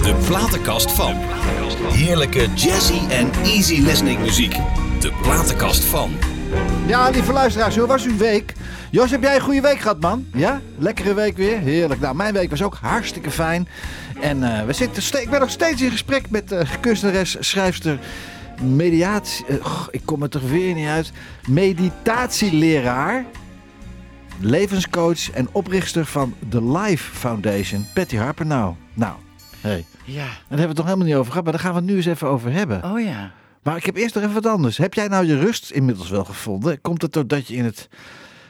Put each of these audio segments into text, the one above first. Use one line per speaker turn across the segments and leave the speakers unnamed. platenkast van. Heerlijke jazzy en easy listening muziek. De platenkast van.
Ja, lieve luisteraars, hoe was uw week? Jos, heb jij een goede week gehad, man? Ja? Lekkere week weer? Heerlijk. Nou, mijn week was ook hartstikke fijn. En eh, we zitten ste- ik ben nog steeds in gesprek met eh kunstenares, schrijfster, mediatie... eh, goh, ik kom er toch weer niet uit. Meditatieleraar, levenscoach en oprichter van de Life Foundation, Patty Harper nou. Nou, hey.
Ja.
daar hebben we het nog helemaal niet over gehad, maar daar gaan we het nu eens even over hebben.
Oh ja.
Maar ik heb eerst nog even wat anders. Heb jij nou je rust inmiddels wel gevonden? Komt het doordat je in, het,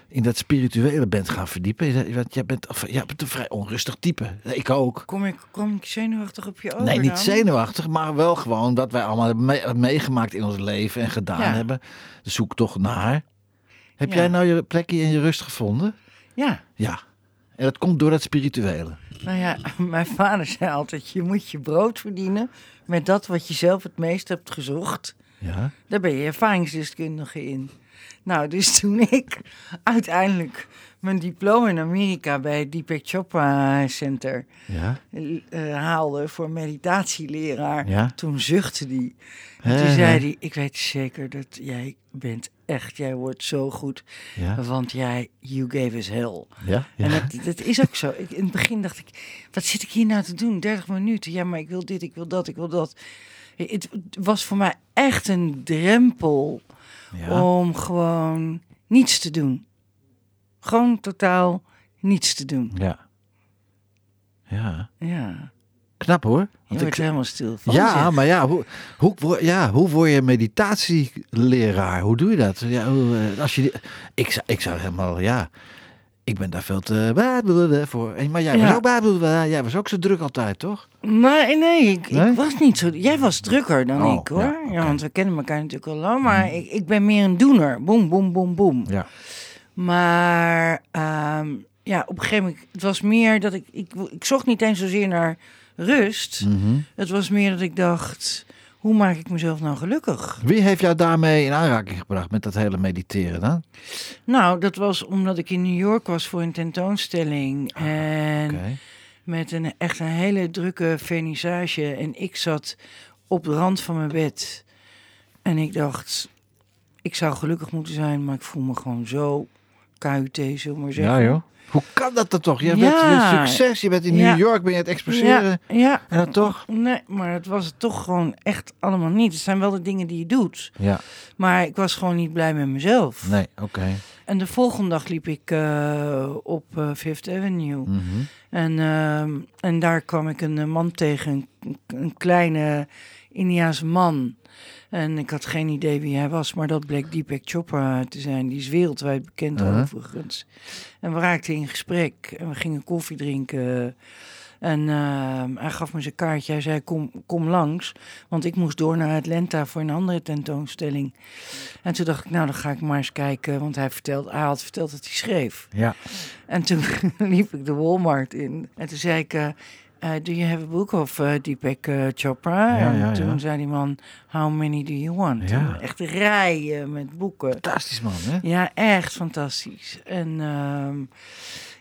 in dat spirituele bent gaan verdiepen? Je- Want jij bent, of, jij bent een vrij onrustig type. Ik ook.
Kom ik, kom ik zenuwachtig op je over
Nee,
dan?
niet zenuwachtig, maar wel gewoon dat wij allemaal hebben mee- meegemaakt in ons leven en gedaan
Ja.
hebben. De zoektocht naar. Heb
Ja.
jij nou je plekje in je rust gevonden?
Ja.
Ja. En dat komt door dat spirituele.
Nou ja, mijn vader zei altijd, je moet je brood verdienen met dat wat je zelf het meest hebt gezocht.
Ja.
Daar ben je ervaringsdeskundige in. Nou, dus toen ik uiteindelijk mijn diploma in Amerika bij het Deepak Chopra Center
Ja.
eh, haalde voor meditatieleraar,
Ja.
toen zuchtte die. En
Hè,
toen
hè.
zei hij, ik weet zeker dat jij bent echt, jij wordt zo goed,
Ja.
want jij, you gave us hell.
Ja.
En
ja.
dat, dat is ook zo. Ik, in het begin dacht ik, wat zit ik hier nou te doen? 30 minuten, ja, maar ik wil dit, ik wil dat, ik wil dat. Het was voor mij echt een drempel
Ja.
om gewoon niets te doen. Gewoon totaal niets te doen.
ja. ja.
Ja,
Knap hoor.
je
Want
wordt er helemaal stil van.
Ja,
Oh, zeg.
maar ja hoe, hoe, wo- ja, hoe word je meditatieleraar? Hoe doe je dat? Ja, hoe, eh, als je, die- ik, zou- ik zou helemaal, ja, ik ben daar veel te blablabla voor. En- Maar jij was,
Ja.
ook, blablabla, jij was ook zo druk altijd, toch?
Nee, eh, nee, ik, ik
Nee?
was niet zo... Jij was drukker dan
Oh,
ik, hoor.
ja,
Ja,
oké. Mm.
want we kennen elkaar natuurlijk al lang, maar ik, ik ben meer een doener. Boem, boem, boem, boem.
Ja.
Maar ehm, ja, op een gegeven moment, het was meer dat ik, ik, ik zocht niet eens zozeer naar rust.
Mm-hmm.
Het was meer dat ik dacht, hoe maak ik mezelf nou gelukkig?
Wie heeft jou daarmee in aanraking gebracht met dat hele mediteren dan?
Nou, dat was omdat ik in New York was voor een tentoonstelling. en
Ah, Oké.
met een echt een hele drukke vernissage. En ik zat op de rand van mijn bed. En ik dacht, ik zou gelukkig moeten zijn, maar ik voel me gewoon zo KUT, zullen we maar zeggen.
Ja joh. Hoe kan dat dan toch? Je bent
Ja.
je succes, je bent in
Ja.
New York, ben je aan het expresseren.
Ja, ja,
En dan toch?
Nee, maar het was het toch gewoon echt allemaal niet. Het zijn wel de dingen die je doet.
Ja,
Maar ik was gewoon niet blij met mezelf.
nee, oké.
En de volgende dag liep ik eh, op eh, Fifth Avenue.
Mhm.
En, ehm, en daar kwam ik een eh, man tegen, een, een kleine Indiaanse man. En ik had geen idee wie hij was, maar dat bleek Deepak Chopra te zijn. Die is wereldwijd bekend
Uh-huh.
overigens. En we raakten in gesprek en we gingen koffie drinken. En ehm, hij gaf me zijn kaartje. Hij zei, kom, kom langs, want ik moest door naar Atlanta voor een andere tentoonstelling. En toen dacht ik, nou dan ga ik maar eens kijken, want hij, vertelde, hij had verteld dat hij schreef.
Ja.
En toen liep ik de Walmart in. En toen zei ik, eh eh, do you have a book of eh, Deepak eh, Chopra?
Ja,
en
ja,
toen
ja.
zei die man, how many do you want?
Ja.
En Echt rijen met boeken.
Fantastisch man, hè?
Ja, echt fantastisch. En ehm,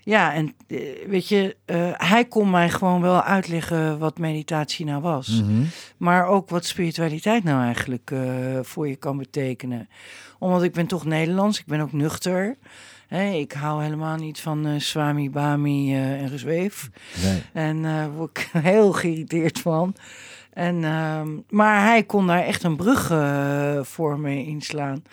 ja, en eh, weet je, eh, hij kon mij gewoon wel uitleggen wat meditatie nou was.
Mhm.
Maar ook wat spiritualiteit nou eigenlijk eh, voor je kan betekenen. Omdat ik ben toch Nederlands, ik ben ook nuchter. Hè, ik hou helemaal niet van eh, Swami, Bami eh, en gezweef.
Nee.
En daar word ik heel geïrriteerd van. En, ehm, maar hij kon daar echt een brug eh, voor me inslaan.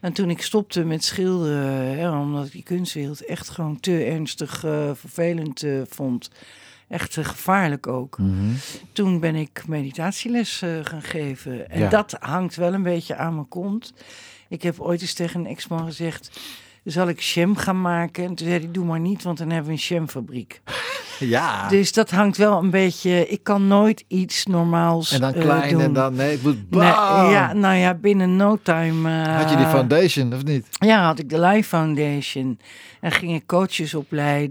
En toen ik stopte met schilderen, hè, omdat ik die kunstwereld echt gewoon te ernstig eh, vervelend eh, vond. Echt eh, gevaarlijk ook.
Mhm.
Toen ben ik meditatieles eh, gaan geven. En
Ja.
dat hangt wel een beetje aan mijn kont. Ik heb ooit eens tegen een ex-man gezegd... zal ik sham gaan maken? En toen zei hij, doe maar niet, want dan hebben we een shamfabriek.
Ja.
Dus dat hangt wel een beetje... Ik kan nooit iets normaals
En dan
eh,
klein
doen.
en dan nee, het moet
Nee,
bam.
ja, nou ja, binnen no time... eh,
Had je die foundation of niet?
Ja, had ik de Life Foundation. En ging ik coaches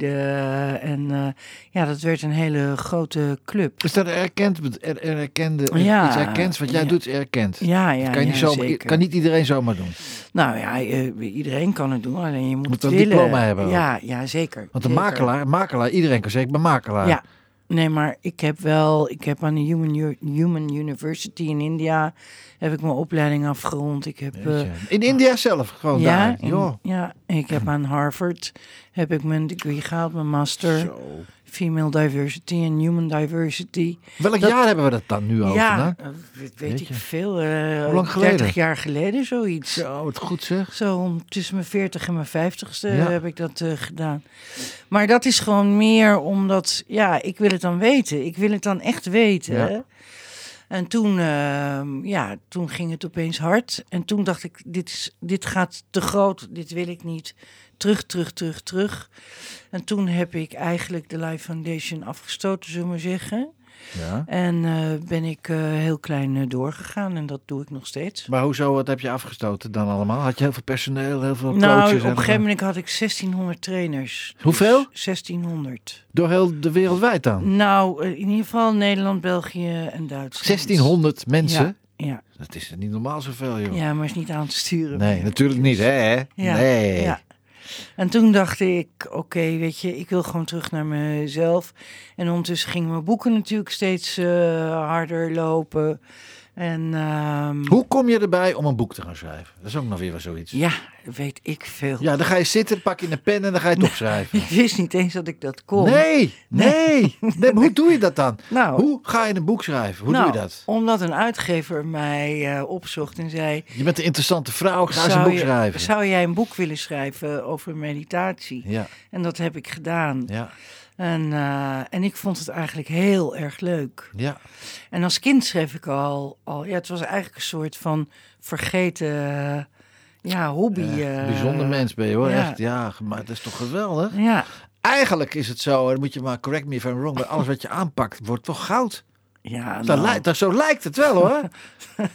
opleiden. En eh, ja, dat werd een hele grote club.
Is dat erkend, er, er- erkende,
Ja.
iets erkends? Wat jij
Ja.
doet is erkend.
Ja, ja,
Dat kan, je niet
ja,
zomaar,
zeker.
kan niet iedereen zomaar doen.
Nou ja, eh, iedereen kan het doen, alleen je moet,
Moet
het
een
willen.
diploma hebben ook.
Ja, ja zeker.
Want de
zeker.
makelaar, makelaar, iedereen kan zeggen, ik ben makelaar.
Ja, Nee, maar ik heb wel, ik heb aan de Human, U- Human University in India, heb ik mijn opleiding afgerond. Ik heb, eh,
In India zelf, gewoon
ja,
daar.
in-
joh.
ja, ik heb aan Harvard, heb ik mijn degree gehaald, mijn master,
Zo.
Female Diversity en Human Diversity.
Welk
Dat-
jaar hebben we dat dan nu over? nou?
ja,
hè?
eh, weet,
Jeetje.
ik veel, eh,
Hoe lang geleden?
30 jaar geleden zoiets.
Zo, het goed zeg.
Zo om tussen mijn 40 en mijn 50ste
Ja.
heb ik dat eh, gedaan. Maar dat is gewoon meer omdat, ja, ik wil het dan weten. Ik wil het dan echt weten.
Ja.
hè. En toen, ehm, ja, toen ging het opeens hard. En toen dacht ik, dit, is, dit gaat te groot, dit wil ik niet. Terug, terug, terug, terug. En toen heb ik eigenlijk de Life Foundation afgestoten, zullen we maar zeggen.
Ja.
En eh, ben ik eh, heel klein eh, doorgegaan en dat doe ik nog steeds.
Maar hoezo, wat heb je afgestoten dan allemaal? Had je heel veel personeel, heel veel coaches?
Nou, op
en-
een gegeven moment had ik 1600 trainers.
Hoeveel?
Dus 1600.
Door heel de wereldwijd dan?
Nou, eh, in ieder geval Nederland, België en Duitsland.
1600 mensen?
Ja,
Dat is niet normaal zoveel, joh.
ja, maar is niet aan te sturen.
Nee, natuurlijk niet, hè?
Ja,
nee.
ja. En toen dacht ik, oké, weet je, ik wil gewoon terug naar mezelf. En ondertussen gingen mijn boeken natuurlijk steeds eh, harder lopen. En, ehm,
Hoe kom je erbij om een boek te gaan schrijven? Dat is ook nog weer wel zoiets.
Ja, weet ik veel.
Ja, dan ga je zitten, pak je een pen en dan ga je het opschrijven.
Ik wist niet eens dat ik dat kon.
Nee, nee. nee maar hoe doe je dat dan?
Nou,
Hoe ga je een boek schrijven? Hoe
nou,
doe je dat?
Omdat een uitgever mij eh, opzocht en zei...
Je bent een interessante vrouw, ga eens een boek
je-
schrijven.
zou jij een boek willen schrijven over meditatie?
Ja,
En dat heb ik gedaan.
ja,
En, eh, en ik vond het eigenlijk heel erg leuk.
ja.
En als kind schreef ik al... al ja, het was eigenlijk een soort van vergeten eh, ja, hobby. eh,
Bijzonder mens ben je hoor,
ja.
echt. Ja, maar dat is toch geweldig?
Ja,
Eigenlijk is het zo, en dan moet je maar correct me if I'm wrong, maar alles wat je aanpakt wordt toch goud.
ja
Zo,
nou,
lijkt, dat- zo lijkt het wel hoor.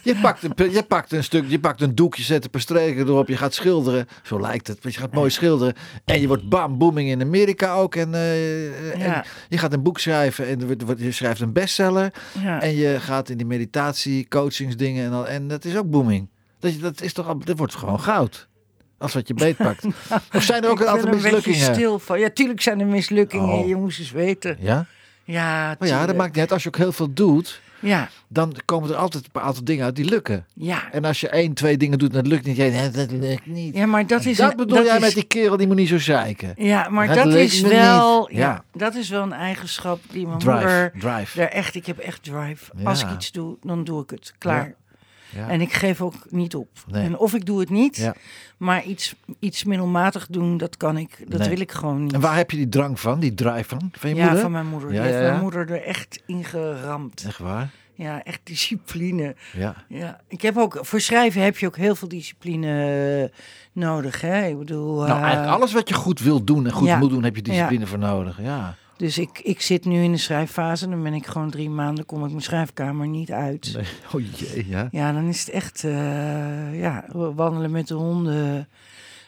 Je pakt, een, pe- je pakt een stuk, je pakt een doekje, zet een paar streken erop, je gaat schilderen. Zo lijkt het, want je gaat mooi schilderen. En je wordt bam, booming in Amerika ook. En, eh, en
Ja.
je gaat een boek schrijven en er wordt- wordt- je schrijft een bestseller.
ja.
En je gaat in die meditatie, coachingsdingen en al. En dat is ook booming. Dat, je- dat, is toch, al- dat wordt gewoon goud. Als wat je beetpakt. of zijn er ook
Ik ben
altijd
er een beetje
mislukkingen?
stil van. Ja, tuurlijk zijn er mislukkingen.
Oh.
Je moest eens weten.
Ja?
Ja,
Maar ja, dat
tuurlijk.
maakt niet uit. Als je ook heel veel doet,
Ja,
dan komen er altijd een paar aantal dingen uit die lukken.
ja.
En als je één, twee dingen doet en het lukt niet, jij, nee, dat lukt niet.
Ja, maar dat is...
dat
een-
bedoel jij
is-
met die kerel die moet niet zo zeiken.
Ja, maar
Het
dat
lukt
is
me
wel...
niet.
Ja.
Ja.
dat is wel een eigenschap die mijn
Drive,
moeder...
drive.
Daar echt, ik heb echt drive.
Ja.
Als ik iets doe, dan doe ik het. Klaar.
Ja.
En ik geef ook niet op.
Nee.
En of ik doe het niet,
Ja.
maar iets, iets middelmatig doen, dat kan ik. Dat
Nee.
wil ik gewoon niet.
En waar heb je die drang van, die drive van? Van je
ja,
moeder?
van mijn moeder. Die
Ja,
heeft
ja, ja.
mijn moeder er echt in geramd.
Echt waar?
Ja, echt discipline.
Ja.
Ja, ik heb ook, voor schrijven heb je ook heel veel discipline eh, nodig. Hè? Ik bedoel,
nou,
eh,
eigenlijk alles wat je goed wil doen en goed
ja.
moet doen, heb je discipline voor nodig. Ja.
Dus ik, ik zit nu in de schrijffase. Dan ben ik gewoon drie maanden, kom ik mijn schrijfkamer niet uit.
Oh jee, ja.
Ja, dan is het echt eh, ja, wandelen met de honden.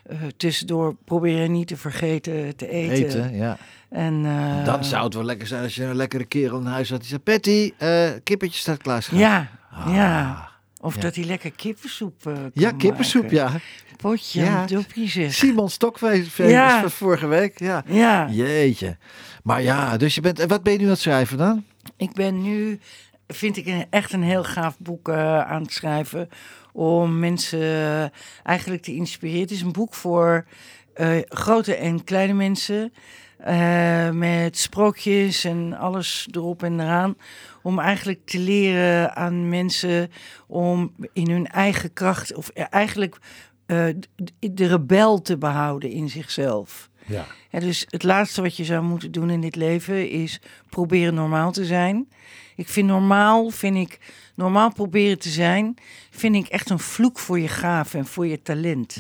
eh, tussendoor proberen niet te vergeten te eten.
Eten, ja.
En, eh,
Dan zou het wel lekker zijn als je een lekkere kerel in huis had die zegt... Patty, eh kippetje staat klaar.
Ja,
Ah.
ja. Of
ja.
dat hij lekker kippensoep eh, kan
Ja, kippensoep,
maken.
ja.
Potje
Ja.
en dopje zeg.
Simon Stokvee
Ja.
van vorige week, ja.
Ja,
Jeetje. Maar ja, dus je bent... En wat ben je nu aan het schrijven dan?
ik ben nu, vind ik een- echt een heel gaaf boek eh, aan het schrijven. Om mensen eh, eigenlijk te inspireren. Het is een boek voor eh, grote en kleine mensen. eh, met sprookjes en alles erop en eraan. Om eigenlijk te leren aan mensen om in hun eigen kracht, of eigenlijk eh, d- de rebel te behouden in zichzelf.
Ja.
Ja, dus het laatste wat je zou moeten doen in dit leven is proberen normaal te zijn. Ik vind normaal, vind ik, normaal proberen te zijn, vind ik echt een vloek voor je gaaf en voor je talent.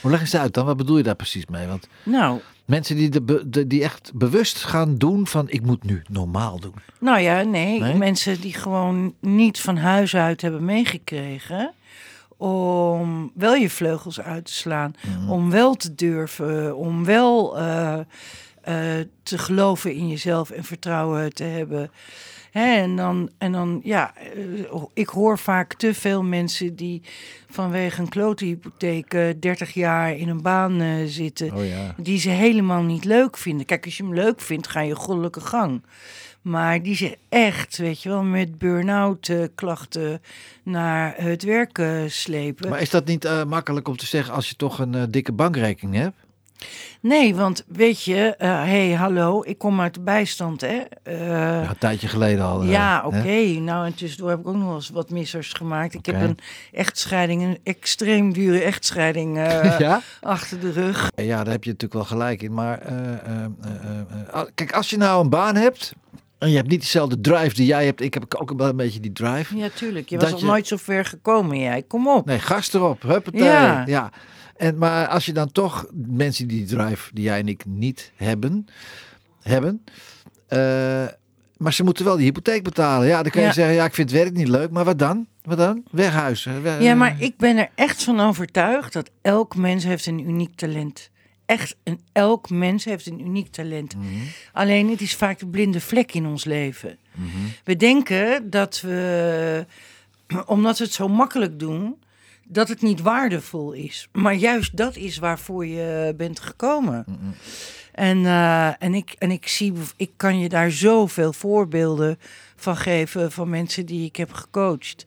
Hoe leg eens uit dan? Wat bedoel je daar precies mee? Want
Nou,
mensen die, de, be- de- die echt bewust gaan doen van ik moet nu normaal doen.
nou ja, nee,
Nee?
mensen die gewoon niet van huis uit hebben meegekregen om wel je vleugels uit te slaan, om wel te durven, om wel eh, eh, te geloven in jezelf en vertrouwen te hebben. Hè, en dan, en dan ja, eh, ik hoor vaak te veel mensen die vanwege een klote hypotheek eh, 30 jaar in een baan eh, zitten,
Oh ja.
die ze helemaal niet leuk vinden. Kijk, als je hem leuk vindt, ga je goddelijke gang. Maar die zich echt, weet je wel, met burn-out eh, klachten naar het werk eh, slepen.
Maar is dat niet eh, makkelijk om te zeggen als je toch een eh, dikke bankrekening hebt?
Nee, want weet je, hé, hey, hallo, ik kom uit de bijstand, hè. Eh,
Ja, een tijdje geleden al. eh,
Ja,
hè?
oké. Nou, en tussendoor heb ik ook nog wel eens wat missers gemaakt. Ik
Oké.
heb een echtscheiding, een extreem dure echtscheiding eh,
Ja?
achter de rug.
ja, daar heb je natuurlijk wel gelijk in. Maar eh, eh, eh, eh, eh, al- kijk, als je nou een baan hebt en je hebt niet dezelfde drive die jij hebt. Ik heb ook wel een beetje die drive.
Ja, tuurlijk. Je
Dat
was nog
je-
nooit zo ver gekomen, jij. Kom op.
Nee, gast erop. Huppatee. Ja.
Ja.
En, maar als je dan toch mensen die die drive die jij en ik niet hebben, hebben eh, maar ze moeten wel die hypotheek betalen. Ja, dan kan je
Ja.
zeggen, ja, ik vind het werk niet leuk. Maar wat dan? Wat dan? Weghuizen. We- eh,
Ja, maar ik ben er echt van overtuigd dat elk mens heeft een uniek talent. Echt, een, elk mens heeft een uniek talent. Alleen het is vaak de blinde vlek in ons leven. We denken dat we, omdat we het zo makkelijk doen, dat het niet waardevol is. Maar juist dat is waarvoor je bent gekomen. En, eh, en, ik, en ik zie, bev- ik kan je daar zoveel voorbeelden van geven van mensen die ik heb gecoacht.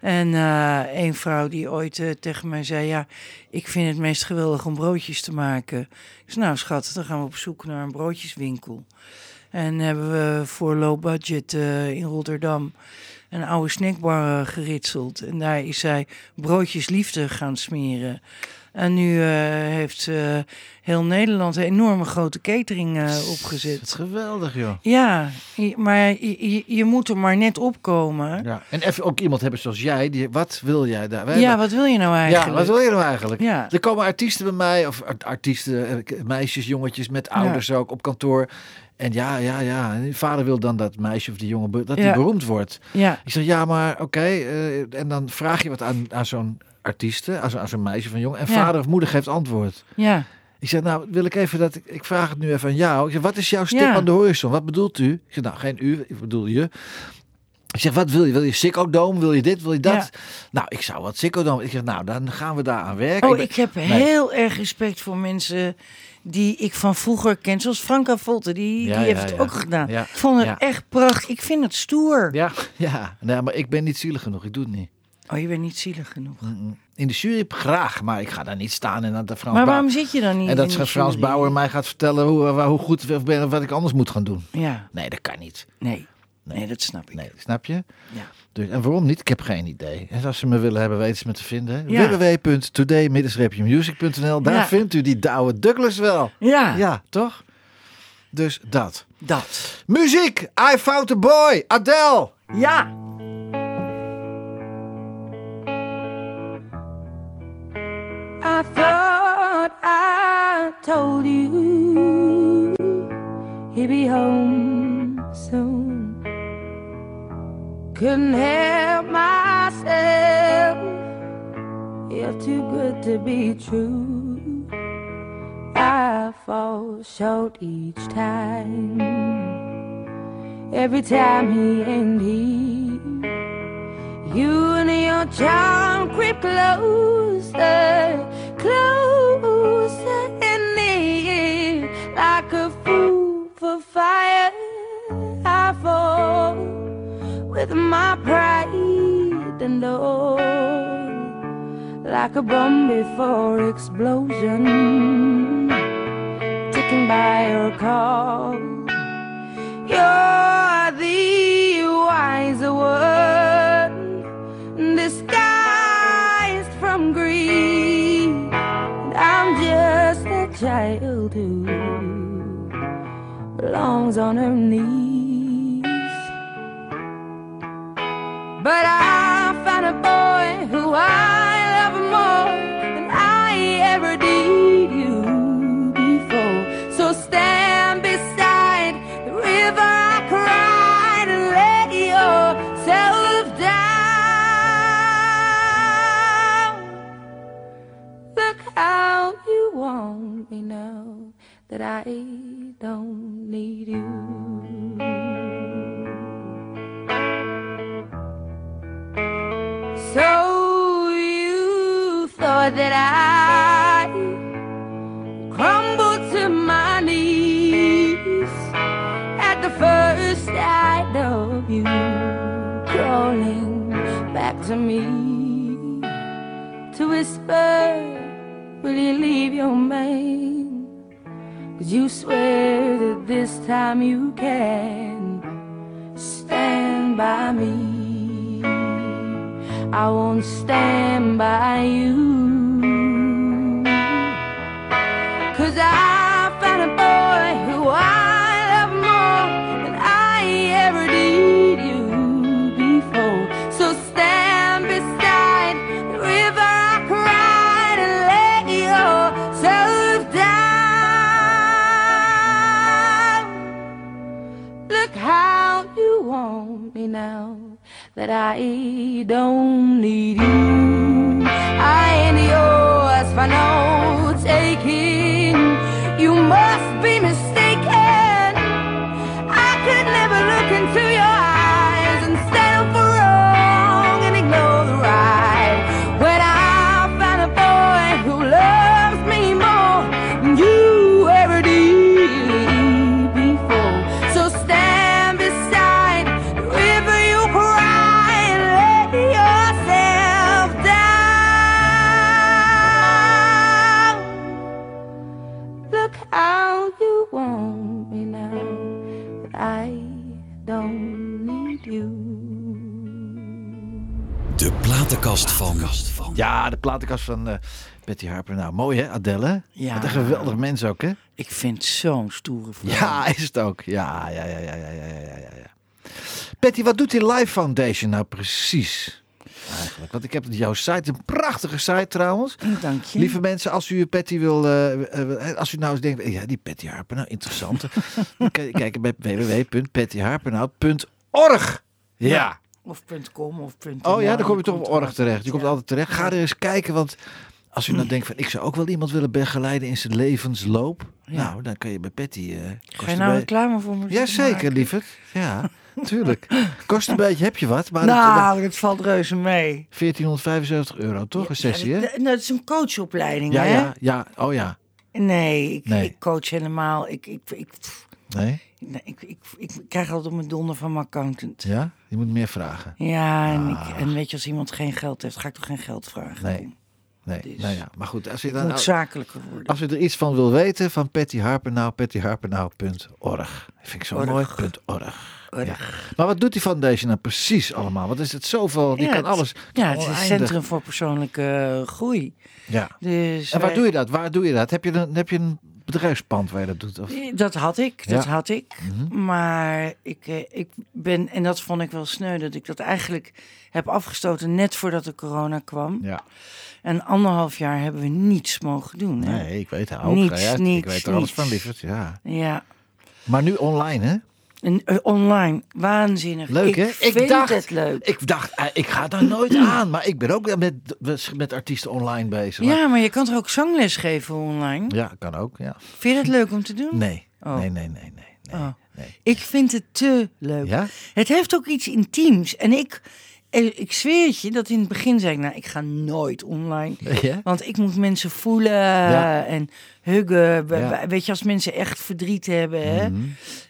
En eh een vrouw die ooit eh, tegen mij zei: Ja, ik vind het meest geweldig om broodjes te maken. Ik zei: Nou, schat, dan gaan we op zoek naar een broodjeswinkel. En hebben we voor low budget eh, in Rotterdam een oude snackbar eh, geritseld. En daar is zij broodjes liefde gaan smeren. En nu eh, heeft ze heel Nederland een enorme grote catering eh,
Dat
opgezet.
is geweldig, joh.
Ja, je- maar je, je- je moet er maar net opkomen.
Ja. En even ook iemand hebben zoals jij. Die, wat wil jij daar? Wij
Ja,
hebben-
wat wil je nou eigenlijk?
Ja, wat wil je nou eigenlijk?
Ja.
Er komen artiesten bij mij, of art- artiesten, eh, k- meisjes, jongetjes met ouders ook op kantoor. En ja, ja, ja. En die vader wil dan dat meisje of die jongen be- dat die
Ja.
beroemd wordt.
Ja,
Ik zeg ja, maar oké. eh, en dan vraag je wat aan, aan zo'n artiesten, aan zo'n, aan zo'n meisje van jongen. En
Ja.
vader of moeder geeft antwoord.
ja,
Ik zeg nou, wil ik even dat ik, ik vraag het nu even aan jou. Ik zeg, wat is jouw stip
Ja.
aan de horizon? Wat bedoelt u? Ik zeg nou, geen u, ik bedoel je. Ik zeg, wat wil je? Wil je Sicko Dome? Wil je dit? Wil je dat?
Ja.
Nou, ik zou wat Sicko Dome. Ik zeg, nou, dan gaan we daar aan werken.
Oh,
ben-
ik heb heel erg respect voor mensen die ik van vroeger ken. Zoals Franka Volte, die,
Ja,
die heeft
ja,
het
ja.
ook gedaan.
Ja.
Ik vond het
Ja.
echt prachtig. Ik vind het stoer.
Ja, ja. Nee, maar ik ben niet zielig genoeg. Ik doe het niet.
Oh, je bent niet zielig genoeg.
Mm-mm. In de jury graag, maar ik ga daar niet staan en aan de Frans
maar
Bauer-
waarom zit je dan niet
En dat
in
Frans
die jury?
Bauer mij gaat vertellen hoe, eh, waar- hoe goed ik ben en wat ik anders moet gaan doen.
Ja,
Nee, dat kan niet.
nee. Nee, dat snap ik.
Nee, snap je?
Ja.
Dus, en waarom niet? Ik heb geen idee. En als ze me willen hebben, weten ze me te vinden.
Ja.
www.today-music.nl Daar
Ja.
vindt u die Douwe Douglas wel.
Ja,
Ja, toch? Dus dat.
dat.
Muziek! I Found the Boy! Adele!
Ja.
I thought I told you he'd be home soon. Couldn't help myself, you're too good to be true. I fall short each time, every time he and he. You and your charm creep closer, closer in me like a fool for fire. I fall with my pride and all like a bomb before explosion, ticking by your call. You're the wiser one, disguised from greed. And I'm just a child who belongs on her knees. But I found a boy who I love more than I ever did you before. So stand beside the river I cried and let yourself down. Look how you want me now that I don't need you. So you thought that I crumbled to my knees at the first domain. Cause you swear that this time you can stand by me. I won't stand by you. Cause I found a boy who I love more than I ever did you before. So stand beside the river I cried and let yourself down. Look how you want me now that I don't need you. I ain't yours for no taking. You must be mistaken. I could never look into your eyes and stand up for wrong and ignore the right. When I find a boy who loves me more than you ever did before, so stand beside the river you cry and let yourself down. Look how you want me now that I don't need you.
De platenkast van.
Ja, de platenkast van eh, Betty Harper. Nou, mooi hè, Adelle?
Ja.
Wat een geweldig mens ook, hè?
Ik vind het zo'n stoere vrouw.
Ja, is het ook. Ja, ja, ja, ja, ja, ja, ja, ja, ja. Betty, wat doet die Live Foundation nou precies? Eigenlijk, want ik heb op jouw site, een prachtige site trouwens.
Dank je.
Lieve mensen, als u Patty wil, eh, eh, als u nou eens denkt, ja, die Patty Harper, nou interessant. Dan kan je kijken bij www.pattyharpenhout.org. nou Ja.
Of .com of .nl.
Oh ja, dan kom je toch
komt
op org terecht. Je komt
Ja.
altijd terecht. Ga er eens kijken, want als u nou denkt van, ik zou ook wel iemand willen begeleiden in zijn levensloop. Nou, dan kan je bij Patty. eh
Ga je
kosten
nou
bij-
reclame voor me
Jazeker, lieverd. Ja, tuurlijk. Kost een beetje, heb je wat. Maar dat-
Nou, dat valt reuze mee.
dat- 1475 euro, toch? een sessie, hè?
Ja, dat- dat is een coachopleiding,
Ja,
hè?
ja, ja. Oh ja.
Nee, ik,
Nee.
ik coach helemaal. Ik, ik, ik, pff,
Nee?
nee, ik, ik, ik, krijg altijd op mijn donder van mijn accountant.
Ja? Je moet meer vragen.
Ja, en, ik, en weet je, als iemand geen geld heeft, ga ik toch geen geld vragen?
Ah. Nee. Nee, nou ja. Maar goed, als je,
Het
dan, nou-
moet zakelijker worden.
als je er iets van wil weten, van Patty Harper nou, pattyharpenau.org. Vind ik zo
Org.
mooi. Punt .org.
Org.
Ja. Maar wat doet die foundation nou precies allemaal? Wat is het zoveel? Die
Ja,
kan
het-
alles.
Ja, het is een
oneindig.
Centrum voor Persoonlijke eh, Groei.
Ja.
Dus
En waar
wij-
doe je dat? Waar doe je dat? Heb je een, heb je een bedrijfspand waar je dat doet? Of?
Dat had ik, dat
Ja. Mhm.
had ik. Maar ik, eh, ik ben, en dat vond ik wel sneu, dat ik dat eigenlijk heb afgestoten net voordat de corona kwam.
Ja.
En anderhalf jaar hebben we niets mogen doen. Hè?
Nee, ik weet haar ook.
Niets,
ja, ik
niets,
weet er alles
niets.
van, lieverd. Ja.
Ja.
Maar nu online, hè?
En, eh, online, waanzinnig.
Leuk,
ik
hè?
Vind het leuk.
Ik dacht, eh, ik ga daar nooit aan. Maar ik ben ook met, met artiesten online bezig.
ja, maar je kan er ook zangles geven online.
Ja, kan ook, ja.
Vind je het leuk om te doen?
Nee,
Oh.
nee, nee, nee, nee. nee.
Oh.
nee.
Ik vind het te leuk.
Ja?
Het heeft ook iets intiems. En ik, eh, ik zweer het je dat in het begin zei ik, nou, ik ga nooit online.
Ja?
Want ik moet mensen voelen
Ja.
en huggen. We-
Ja. Mhm.
we- Weet je, als mensen echt verdriet hebben. Hè?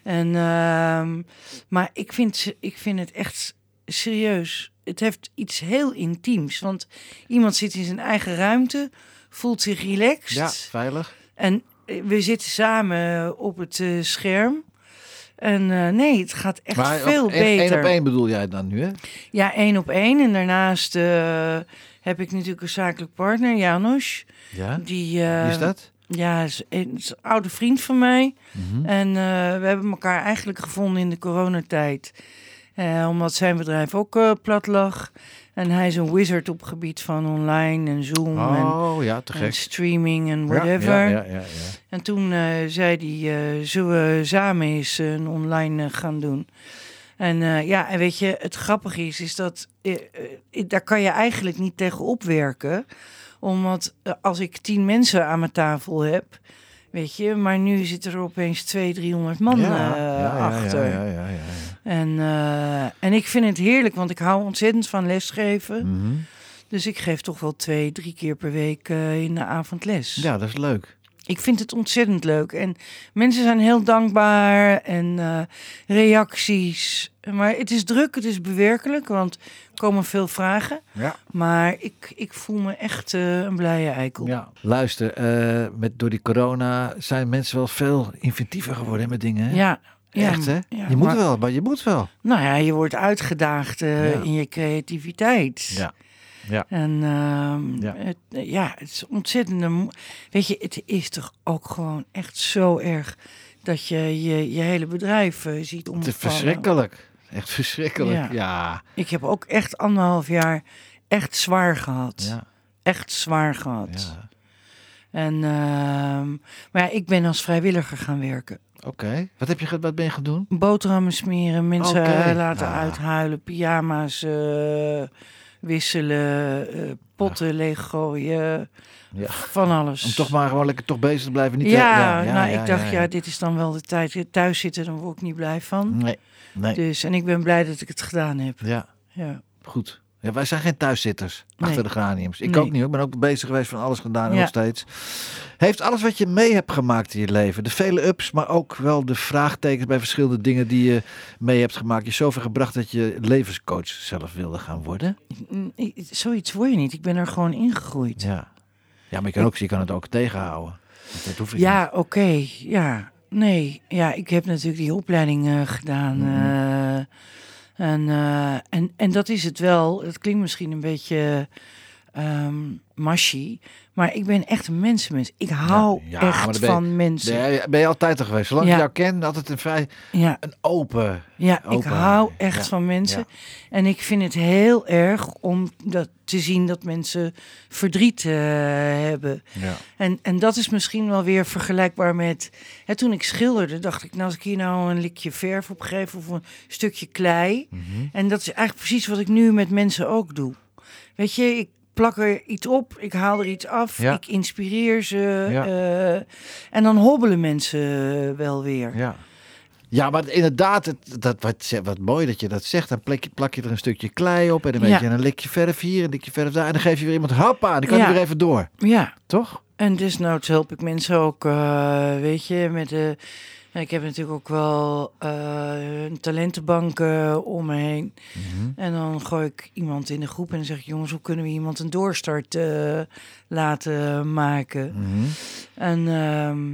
En, ehm, maar ik vind, ze- ik vind het echt serieus. Het heeft iets heel intiems. Want iemand zit in zijn eigen ruimte, voelt zich relaxed.
ja, veilig.
En eh, we zitten samen op het eh, scherm. En eh, nee, het gaat echt
Maar
veel
op, één-
beter.
één op één bedoel jij dan nu, hè?
Ja, één op één. En daarnaast eh, heb ik natuurlijk een zakelijk partner, Janos.
Ja?
Die, eh,
Wie is dat?
Ja, is een, is een oude vriend van mij.
Mhm.
En eh, we hebben elkaar eigenlijk gevonden in de coronatijd. Eh, omdat zijn bedrijf ook eh, plat lag. En hij is een wizard op gebied van online en Zoom en,
Oh, ja, te
en
gek.
streaming en
Ja,
whatever.
Ja, ja, ja, ja.
En toen eh, zei hij, eh zullen we samen eens eh, een online eh, gaan doen? En eh, ja, en weet je, het grappige is, is dat eh, eh, daar kan je eigenlijk niet tegen opwerken. Omdat eh, als ik tien mensen aan mijn tafel heb, weet je, maar nu zitten er opeens twee, driehonderd man
Ja,
eh,
ja, ja,
achter.
Ja, ja, ja, ja, ja.
En, eh, en ik vind het heerlijk, want ik hou ontzettend van lesgeven.
Mhm.
Dus ik geef toch wel twee, drie keer per week eh, in de avond les.
Ja, dat is leuk.
Ik vind het ontzettend leuk. En mensen zijn heel dankbaar en eh, reacties. Maar het is druk, het is bewerkelijk, want er komen veel vragen.
Ja.
Maar ik, ik voel me echt eh, een blije eikel.
Ja, luister, eh, met, door die corona zijn mensen wel veel inventiever geworden hè, met dingen. Hè?
Ja, ja,
Echt, hè?
ja,
je moet
maar-
wel, maar je moet wel.
Nou ja, je wordt uitgedaagd eh,
Ja.
in je creativiteit.
Ja. Ja.
En ehm,
Ja.
Het, ja, het is ontzettend. een- Weet je, het is toch ook gewoon echt zo erg dat je je, je hele bedrijf eh, ziet
Het
omvallen.
is verschrikkelijk. Echt verschrikkelijk. Ja.
Ja.
Ja.
Ik heb ook echt anderhalf jaar echt zwaar gehad.
ja.
Echt zwaar gehad. En, ehm, maar ja, ik ben als vrijwilliger gaan werken.
Oké. Wat, heb je, ge- wat ben je gaan doen?
Boterhammen smeren, mensen
Oké.
eh, laten
Ah.
uithuilen, pyjama's eh, wisselen, eh, potten leeggooien,
Ja.
van alles.
Om toch maar gewoon lekker toch bezig te blijven. Niet te-
ja, nou, ik dacht, ja,
ja.
dit is dan wel de tijd. Thuis zitten, dan word ik niet blij van.
Nee, nee.
Dus, en ik ben blij dat ik het gedaan heb.
Ja,
Ja,
goed. Ja, wij zijn geen thuiszitters achter
Dus- Nee.
de graniums. Ik
Nee.
ook niet hoor. Ik ben ook bezig geweest van alles gedaan en
Ja.
nog steeds. Heeft alles wat je mee hebt gemaakt in je leven, de vele ups, maar ook wel de vraagtekens bij verschillende dingen die je mee hebt gemaakt, je zover gebracht dat je levenscoach zelf wilde gaan worden?
Mm, ik- zoiets word je niet. Ik ben er gewoon ingegroeid.
Ja. Ja, maar je kan, ook, je kan het ook tegenhouden. Want Dat hoef je
Ja, oké. Ja, nee. Ja, ik heb natuurlijk die opleiding eh, gedaan.
Mhm.
eh, en, eh, en, en dat is het wel. Het klinkt misschien een beetje ehm mashy. Maar ik ben echt een mensenmens. Ik hou
Ja, maar
echt
dan ben je-
van mensen.
niet. Ben jij, ben je altijd al geweest? Zolang
Ja.
ik jou ken, altijd een vrij
ja,
een open.
ja ik
open-
hou echt
ja,
van mensen. En ik vind het heel erg om dat, te zien dat mensen verdriet eh, hebben.
Ja.
En, en dat is misschien wel weer vergelijkbaar met. Hè, toen ik schilderde, dacht ik, nou, als ik hier nou een likje verf op geef of een stukje klei.
Mhm.
En dat is eigenlijk precies wat ik nu met mensen ook doe. Weet je, ik plak er iets op, ik haal er iets af,
Ja.
ik inspireer ze.
Ja.
eh, en dan hobbelen mensen wel weer.
Ja. Ja, maar inderdaad, het, dat, wat, ze- wat mooi dat je dat zegt. Dan plak je, plak je er een stukje klei op en een
Ja.
beetje een likje verf hier, een likje verf daar. En dan geef je weer iemand hoppa, en dan kan je
Ja.
weer even door.
ja.
Toch?
En desnoods help ik mensen ook, eh, weet je, met de... en Ik heb natuurlijk ook wel eh, een talentenbank eh, om me heen.
Mhm.
En dan gooi ik iemand in de groep en dan zeg ik... jongens, hoe kunnen we iemand een doorstart eh, laten maken?
Mhm.
En ehm,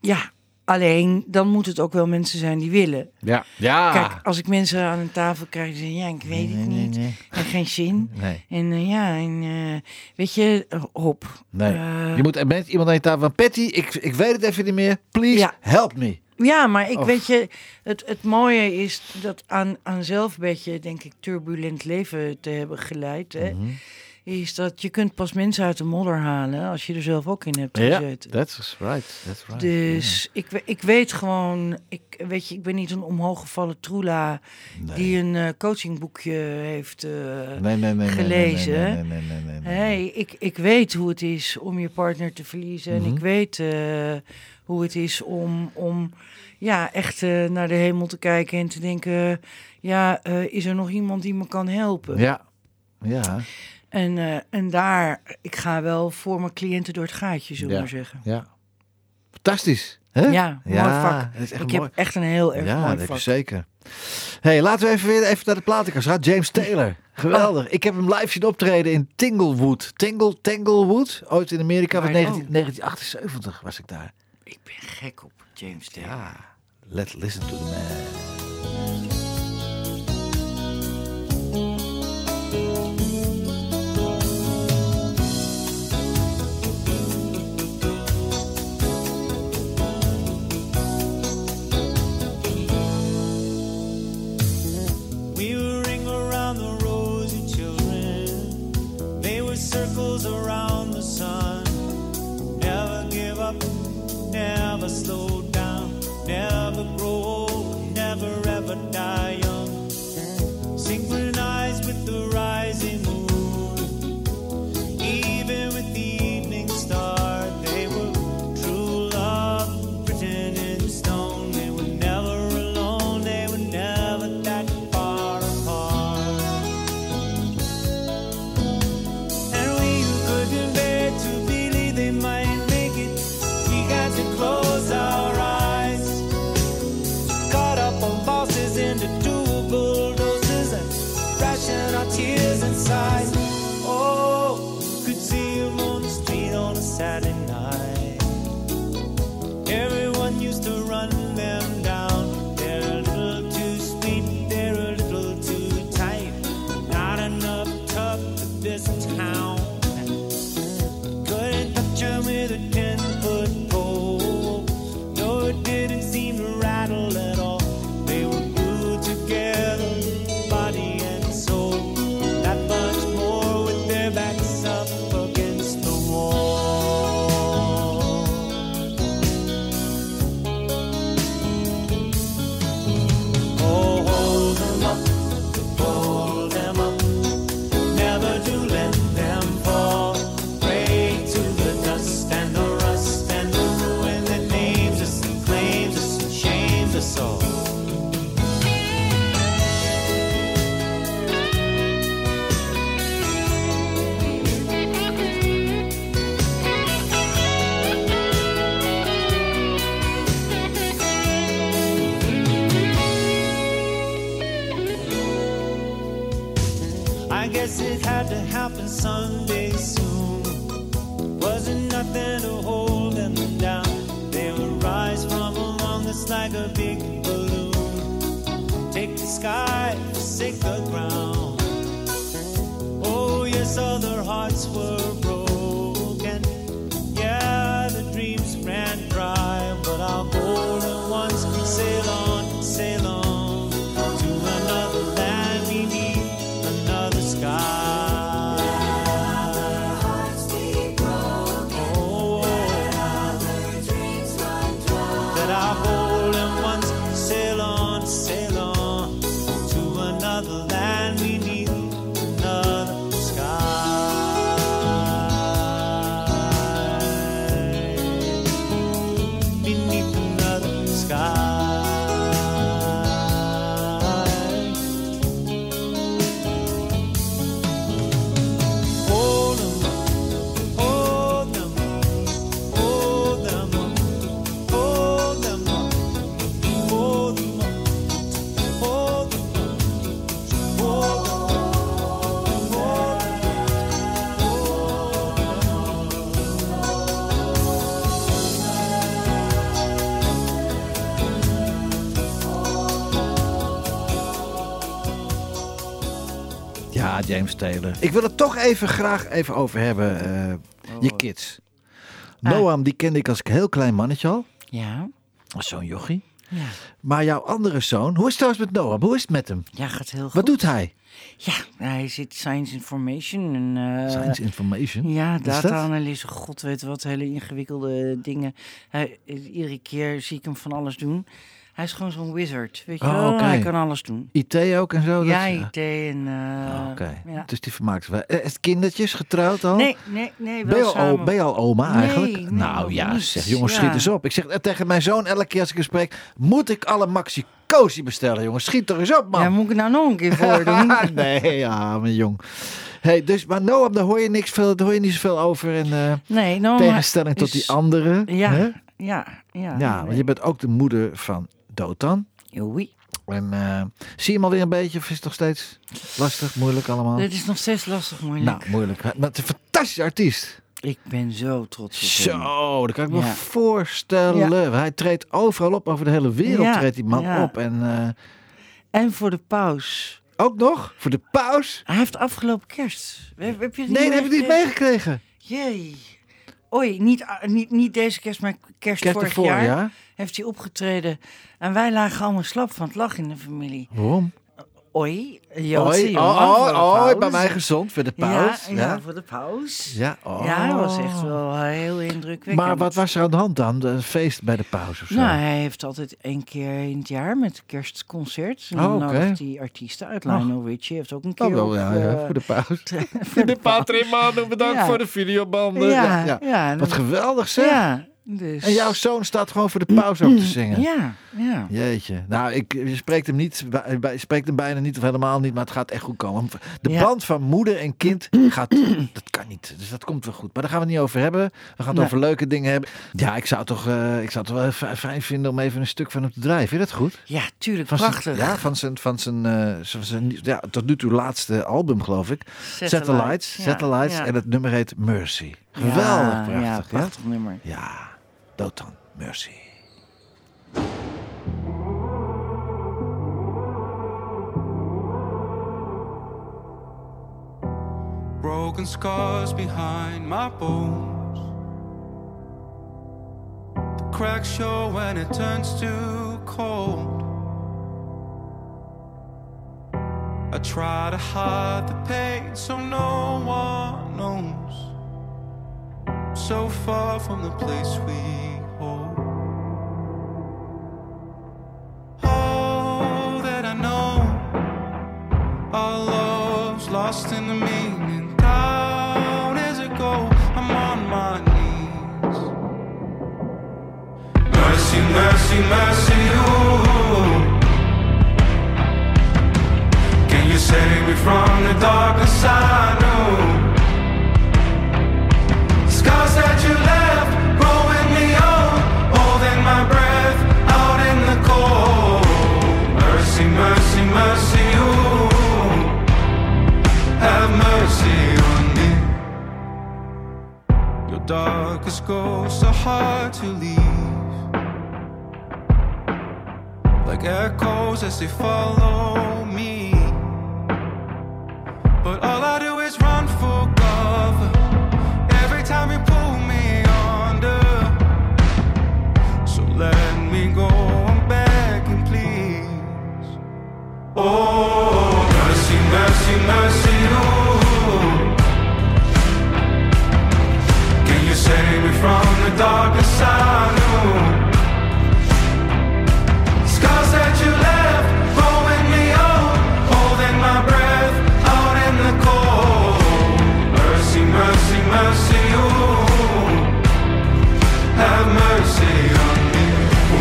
ja, alleen dan moet het ook wel mensen zijn die willen.
Ja. Ja.
Kijk, als ik mensen aan een tafel krijg die zeggen... ja, ik weet het
Ah. nee,
niet
nee.
en geen zin...
Nee,
En eh, ja, en, eh, weet je, eh, hop.
nee.
Eh,
je moet er met iemand aan je tafel van, Patty, ik, ik weet het even niet meer. Please,
Ja.
help me.
Ja, maar ik
Of-
weet je, het, het mooie is dat aan, aan zelf een beetje, denk ik, turbulent leven te hebben geleid. Hè,
Mhm.
Is dat je kunt pas mensen uit de modder halen als je er zelf ook in hebt gezeten.
that's right. That's right.
Dus ik, we- ik weet gewoon, ik, weet je, ik ben niet een omhooggevallen troela
Nee.
die een eh, coachingboekje heeft. eh,
Nee, nee, nee, nee,
gelezen,
Nee, nee, nee, nee, nee, nee, nee.
Hey, ik, ik weet hoe het is om je partner te verliezen. En
Mhm.
ik weet eh, hoe het is om, om ja, echt eh, naar de hemel te kijken en te denken... Ja, eh, is er nog iemand die me kan helpen?
Ja. Ja.
En, eh, en daar, ik ga wel voor mijn cliënten door het gaatje, zullen we
Ja.
maar zeggen.
Ja. Fantastisch. Hè?
Ja, mooi vak.
Het is echt
ik
mooi.
heb echt een heel erg
ja,
mooi
dat heb
vak.
je zeker. hey, laten we even weer even naar de platenkast gaan. James Taylor. Geweldig.
Oh.
Ik heb hem live zien optreden in Tinglewood. Tingle, Tanglewood. Ooit in Amerika. Was
Waar-
19- 1978 was ik daar.
Ik ben gek op James Taylor.
Ja. Let's listen to the man.
We were ring around the rosy children. They were circles around the sun. Never give up, never slow down, never grow old, never ever die young. Synchronized Oh, Oh, guess it had to happen someday soon. Wasn't nothing to hold them down. They would rise from among us like a big balloon. Take the sky, forsake the ground. Oh, yes, all their hearts were broken. Yeah, the dreams ran dry, but our golden ones sail on, sail on to another land beneath another sky. Oh, that our golden ones sail on, sail on to another land beneath another sky beneath another sky. Hold 'em, hold 'em, hold 'em, hold 'em, hold 'em, hold 'em, hold 'em.
Ja, James Taylor. Ik wil het toch even graag even over hebben. eh,
Oh,
je kids.
Ah.
Noam, die kende ik als ik heel klein mannetje al.
Ja.
Als Zo'n jochie.
Ja.
Maar jouw andere zoon, hoe is het trouwens met Noam? Hoe is het met hem?
ja, gaat heel goed.
Wat doet hij?
Ja, hij zit Science Information. En, eh,
Science information.
Ja,
Is dat?
data-analyse, god weet wat, hele ingewikkelde dingen. Hij, iedere keer zie ik hem van alles doen. Hij is gewoon zo'n wizard, weet je
Oh,
wel?
oké.
Hij kan alles doen.
IT ook en zo?
ja,
dat-
IT en... eh,
Ah, Oké,
ja.
dus die vermaakt ze wel. Eh, Is het kindertjes getrouwd al?
Nee, nee, nee,
Ben je,
wel
al,
samen.
ben je al oma
Nee,
eigenlijk?
nee,
nou
nog
ja,
niet.
zeg jongens,
Ja.
schiet eens op. Ik zeg eh, tegen mijn zoon elke keer als ik hem spreek... moet ik alle Maxi Cosi bestellen, jongens? Schiet er eens op, man.
Ja, moet ik het nou nog een keer voor doen?
nee, ja, mijn jong. Hey, dus, maar Noam, daar hoor je niks veel, daar hoor je niet zoveel over. En eh,
Nee, nou, maar
tegenstelling tot
is-
die andere.
Ja,
hè?
ja, Ah, ja.
ja, want je bent ook de moeder van Dotan.
Joei.
En eh, zie je hem alweer een beetje of is het nog steeds lastig, moeilijk allemaal?
Dit is nog steeds lastig moeilijk.
Oh. Nou, moeilijk. Maar het is een fantastische artiest.
ik ben zo trots op hem.
Zo, dat kan ik me
Ja.
voorstellen. Hij treedt overal op, over de hele wereld
Ja,
treedt die man
ja.
op. En eh,
En voor de paus.
ook nog, voor de paus.
Hij heeft afgelopen kerst. Heb, heb je het
Nee, dat heb ik niet
meegekregen?
meegekregen.
Jee. Oei, niet, a- niet, niet deze kerst, maar kerst,
Kerst
vorig
ervoor,
jaar
ja.
heeft hij opgetreden. En wij lagen allemaal slap van het lachen in de familie.
Waarom?
Oei,
Oei,
Joodse
oh,
jongen, voor de
oh, oh,
paus.
bij mij gezond, voor de paus.
Ja, ja. voor de paus.
Ja, oh.
Ja, dat was echt wel eh, heel indrukwekkend.
Maar wat was er aan de hand dan? Een feest bij de paus of zo?
Nou, hij heeft altijd één keer in het jaar met kerstconcert. En
Oh,
dan
oké.
nodigt hij artiesten uit. Lionel Richie heeft ook een keer
Oh, wel,
op,
ja, ja,
eh,
voor de paus.
voor de paus.
Patrimano, bedankt
Ja.
voor de videobanden.
Ja,
Ja, ja.
ja, en
Wat
dan-
geweldig zeg.
ja, dus.
En jouw zoon staat gewoon voor de paus ook te zingen.
Ja, ja.
Jeetje. Nou, ik, je spreekt hem, niet, bij- bij- je spreekt hem bijna niet of helemaal niet, maar het gaat echt goed komen. De
Ja.
band van moeder en kind gaat... dat kan niet. Dus dat komt wel goed. Maar daar gaan we het niet over hebben. We gaan het
Nee.
over leuke dingen hebben. Ja, ik zou, toch, eh, ik zou het wel fi- fijn vinden om even een stuk van hem te draaien. Vind je dat goed?
Ja, tuurlijk.
Van
prachtig.
Zijn, ja, van zijn, van zijn, eh, van zijn ja, tot nu toe laatste album, geloof ik. Satellites. Satellites.
Ja, ja.
En het nummer heet Mercy.
Ja,
Geweldig prachtig.
Ja,
Ja,
prachtig nummer.
ja. dood dan. Mercy.
broken scars behind my bones. The cracks show when it turns too cold. I try to hide the pain so no one knows. So far from the place we hold. All that I know our love's lost in the meaning. Down as it go, I'm on my knees. Mercy, mercy, mercy, ooh. Can you save me from the darkness I know? Scars that you left, growing me old, holding my breath out in the cold. Mercy, mercy, mercy, ooh. Have mercy. hard to leave. Like echoes as they follow me. But all I do is run for cover. Every time you pull me under. So let me go. I'm begging, please. Oh, mercy, mercy, mercy. oh. Ooh. Can you save me from the darkest I knew? Scars that you left, blowing me up, holding my breath out in the cold. Mercy, mercy, mercy, ooh. Have mercy on me. Ooh,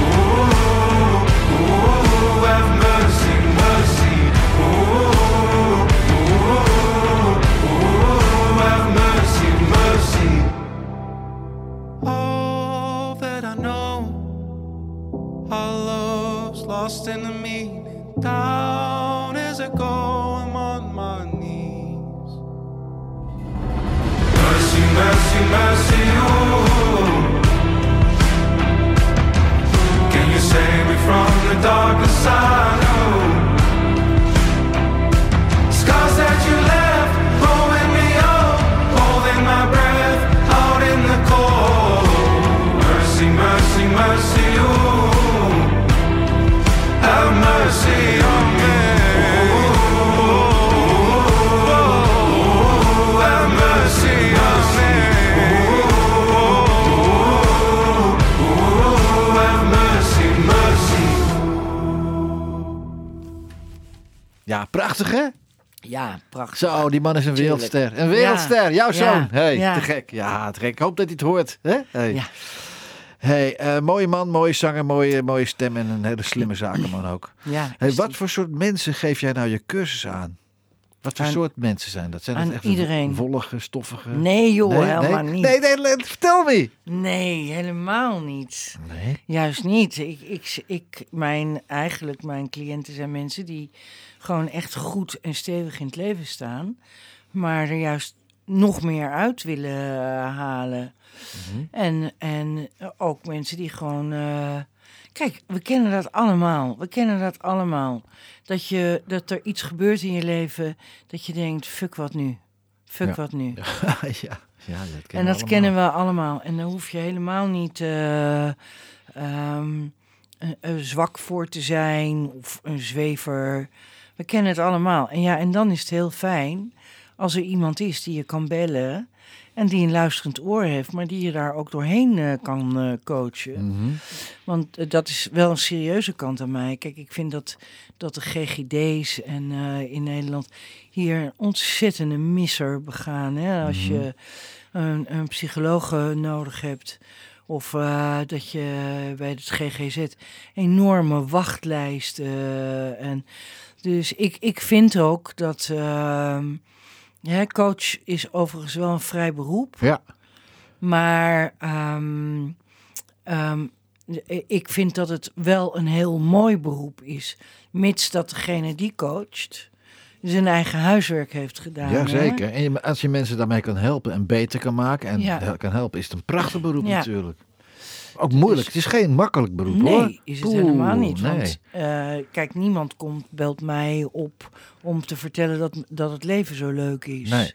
ooh, ooh. Have mercy, mercy, ooh. Oh, have mercy, mercy. All that I know, our love's lost in the meaning. Down as I go, I'm on my knees. Mercy, mercy, mercy, oh. ooh. Can you save me from the darkness I know? Scars that you left, blowing me up, holding my breath out in the cold. Mercy, mercy, mercy, ooh. Have mercy on me. Ooh, have mercy on me. Ooh, have mercy, mercy.
Ja, prachtig hè?
Ja, prachtig.
Zo, die man is een
Tuurlijk.
wereldster. Een wereldster,
Ja.
jouw
Ja.
zoon. Hey,
Ja.
te gek. Ja, te gek. Ik hoop dat hij het hoort. Hè? Hey.
Ja.
Hey, eh, mooie man, mooie zanger, mooie, mooie stem en een hele slimme zakenman ook.
Ja,
Hey,
is
wat voor soort mensen geef jij nou je cursus aan? Wat voor
Aan-
soort mensen zijn dat? Zijn
aan
dat echt
iedereen.
wollige, stoffige?
Nee joh, helemaal
nee?
niet.
Nee, nee, le- vertel me.
Nee, helemaal niet.
Nee.
Juist niet. Ik, ik, ik, mijn, eigenlijk mijn cliënten zijn mensen die gewoon echt goed en stevig in het leven staan. Maar er juist nog meer uit willen eh, halen. En, en ook mensen die gewoon... eh, kijk, we kennen dat allemaal. We kennen dat allemaal. Dat, je, dat er iets gebeurt in je leven dat je denkt, fuck wat nu? Fuck
Ja.
wat nu?
ja, ja, dat kennen
en dat kennen we allemaal. En daar hoef je helemaal niet eh, ehm, eh, eh, zwak voor te zijn of een zwever. We kennen het allemaal. En ja, en dan is het heel fijn als er iemand is die je kan bellen en die een luisterend oor heeft, maar die je daar ook doorheen eh, kan eh, coachen. Want eh, dat is wel een serieuze kant aan mij. Kijk, ik vind dat, dat de GGD's en eh, in Nederland hier een ontzettende misser begaan. Hè? Als je een, een psycholoog eh, nodig hebt. Of eh, dat je bij het GGZ enorme wachtlijsten. eh, en dus ik, ik vind ook dat ehm, hè, coach is overigens wel een vrij beroep.
Ja.
Maar ehm, ehm, ik vind dat het wel een heel mooi beroep is. Mits dat degene die coacht zijn eigen huiswerk heeft gedaan. hè?
Ja, zeker. En je- als je mensen daarmee kan helpen en beter kan maken en
Ja.
he- kan helpen, is het een prachtig beroep
Ja. Dus-
natuurlijk. Ook moeilijk. Het is geen makkelijk beroep
nee,
hoor.
is het
Poeh,
helemaal niet.
nee.
Want eh, kijk, niemand komt, belt mij op om te vertellen dat, dat het leven zo leuk is.
Nee.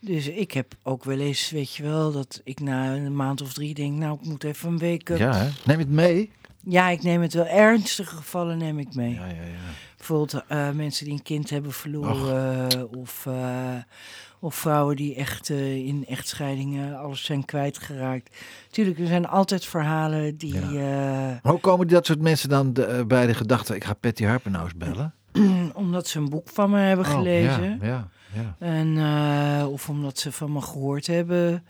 Dus ik heb ook wel eens, weet je wel, dat ik na een maand of drie denk, nou, ik moet even een week... eh,
Ja, hè? neem het mee.
ja, ik neem het wel. Ernstige gevallen neem ik mee.
Ja, ja, ja.
Bijvoorbeeld eh, mensen die een kind hebben verloren. Of, eh, of vrouwen die echt eh, in echtscheidingen alles zijn kwijtgeraakt. Tuurlijk, er zijn altijd verhalen die... eh,
Maar hoe komen dat soort mensen dan de- eh, bij de gedachte, ik ga Patty Harper nou eens bellen?
eh, omdat ze een boek van me hebben
Oh,
gelezen.
ja, ja, ja.
En, eh, of omdat ze van me gehoord hebben.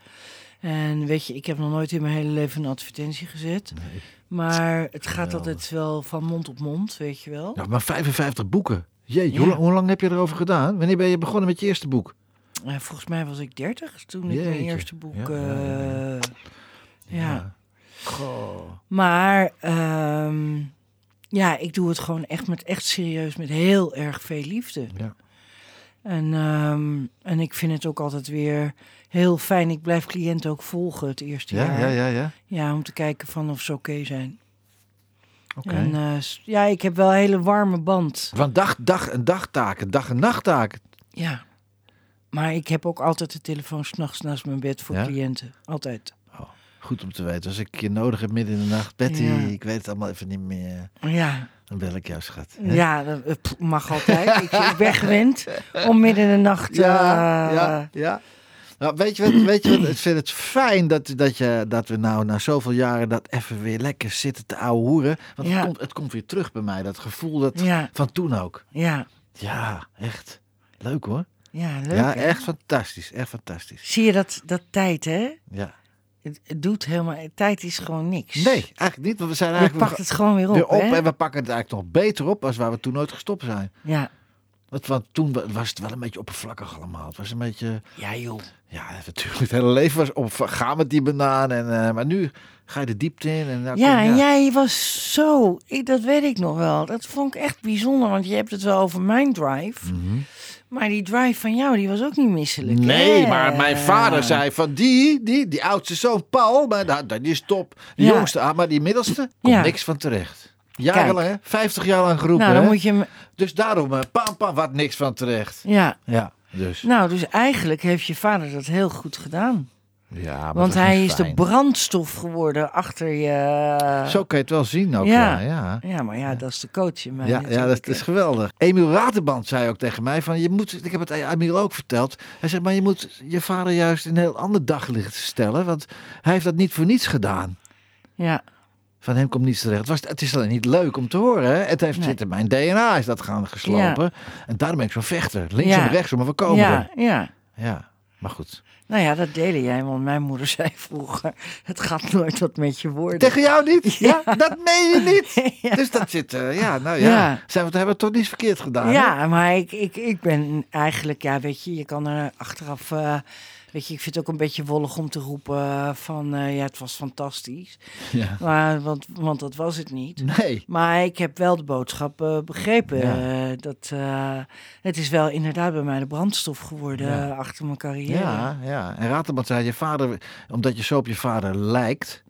En weet je, ik heb nog nooit in mijn hele leven een advertentie gezet. Maar het gaat altijd wel van mond op mond, weet je wel.
Ja, Nou, maar 55 boeken. Jeetje,
Ja.
hoe, lang, hoe lang heb je erover gedaan? Wanneer ben je begonnen met je eerste boek?
Eh, volgens mij was ik 30 toen ik mijn
Jeetje.
eerste boek.
Ja, ja,
eh,
ja,
ja. Maar ehm, ja, ik doe het gewoon echt met echt serieus, met heel erg veel liefde.
Ja.
En, ehm, en ik vind het ook altijd weer heel fijn. Ik blijf cliënten ook volgen het eerste
Ja,
jaar.
ja, ja, ja.
Ja, om te kijken van of ze oké zijn.
Oké.
En, eh, s- ja, ik heb wel een hele warme band.
Van dag, dag en dagtaken, dag en nachttaken.
Ja. Maar ik heb ook altijd de telefoon s'nachts naast mijn bed voor
Ja?
cliënten. Altijd.
Goed om te weten. Als ik je nodig heb midden in de nacht, Betty,
Ja.
ik weet het allemaal even niet meer.
Ja,
Dan bel ik jou, schat. Hè?
ja dat eh, pff, mag altijd. ik, ik ben gewend om midden in de nacht...
Ja,
eh,
ja, ja. Nou, weet je wat, weet je wat ik vind het fijn dat, dat, je, dat we nou na zoveel jaren dat even weer lekker zitten te ouwe hoeren. Want
Ja.
het, komt, het komt weer terug bij mij, dat gevoel dat,
Ja.
van toen ook.
ja,
Ja, echt. Leuk hoor.
ja, leuk.
ja,
hè?
echt fantastisch, echt fantastisch.
Zie je dat, dat tijd, hè?
Ja.
Het, het doet helemaal... Tijd is gewoon niks.
Nee, eigenlijk niet, want we zijn
Je
eigenlijk
pakt het gewoon weer op,
weer op
hè?
en we pakken het eigenlijk nog beter op als waar we toen nooit gestopt zijn.
Ja.
Want, want toen wa- was het wel een beetje oppervlakkig allemaal. Het was een beetje...
ja, joh.
Ja, natuurlijk. Het hele leven was op gaan met die banaan. En, eh, maar nu ga je de diepte in. En daar kom
Ja,
je-
en jij was zo, ik- dat weet ik nog wel. Dat vond ik echt bijzonder, want je hebt het wel over mijn drive.
Mhm.
Maar die drive van jou, die was ook niet misselijk.
Nee,
hè?
maar mijn vader zei van die, die, die oudste zoon Paul, maar nou, die is top. De
Ja.
jongste aan, maar die middelste, komt
Ja.
niks van terecht. Jarenlang, hè? 50 jaar lang geroepen.
Nou, dan
hè?
moet je... hem-
Dus daarom, eh, pam, pam, wat niks van terecht.
Ja,
Ja, dus.
nou, dus eigenlijk heeft je vader dat heel goed gedaan.
Ja, maar
Want
dat
hij
niet
is de
fijn.
brandstof geworden achter je...
Zo kan je het wel zien ook, ja.
Ja.
ja.
Ja, maar ja, dat is de coach in mij
Ja, ja dat
natuurlijk,
is
hè.
geweldig. Emiel Raterband zei ook tegen mij van, je moet, ik heb het aan Emiel ook verteld. Hij zegt, maar je moet je vader juist in een heel ander daglicht stellen, want hij heeft dat niet voor niets gedaan.
Ja,
Van hem komt niets terecht. Het, was, het is alleen niet leuk om te horen. Hè? Het heeft,
Nee.
zit in mijn DNA is dat gaan geslopen. En daarom ben ik zo'n vechter. Links
Ja.
en rechts, maar we komen
ja,
er.
ja.
Ja, maar goed.
Nou ja, dat deden jij, want mijn moeder zei vroeger... Het gaat nooit wat met je worden.
Tegen jou niet? Ja, dat meen je niet.
Ja.
Dus dat zit, eh, ja, nou ja.
Ja.
Zijn we, hebben we toch niets verkeerd gedaan? hè?
Ja, maar ik, ik, ik ben eigenlijk, ja, weet je, je kan er achteraf. eh, weet je, ik vind het ook een beetje wollig om te roepen eh, van eh, ja, het was fantastisch.
Ja.
Maar, want, want dat was het niet.
Nee.
Maar ik heb wel de boodschap eh, begrepen.
Ja.
eh, dat, eh, het is wel inderdaad bij mij de brandstof geworden
Ja.
eh, achter mijn carrière.
Ja, ja. En Raterband zei, je vader, omdat je zo op je vader lijkt,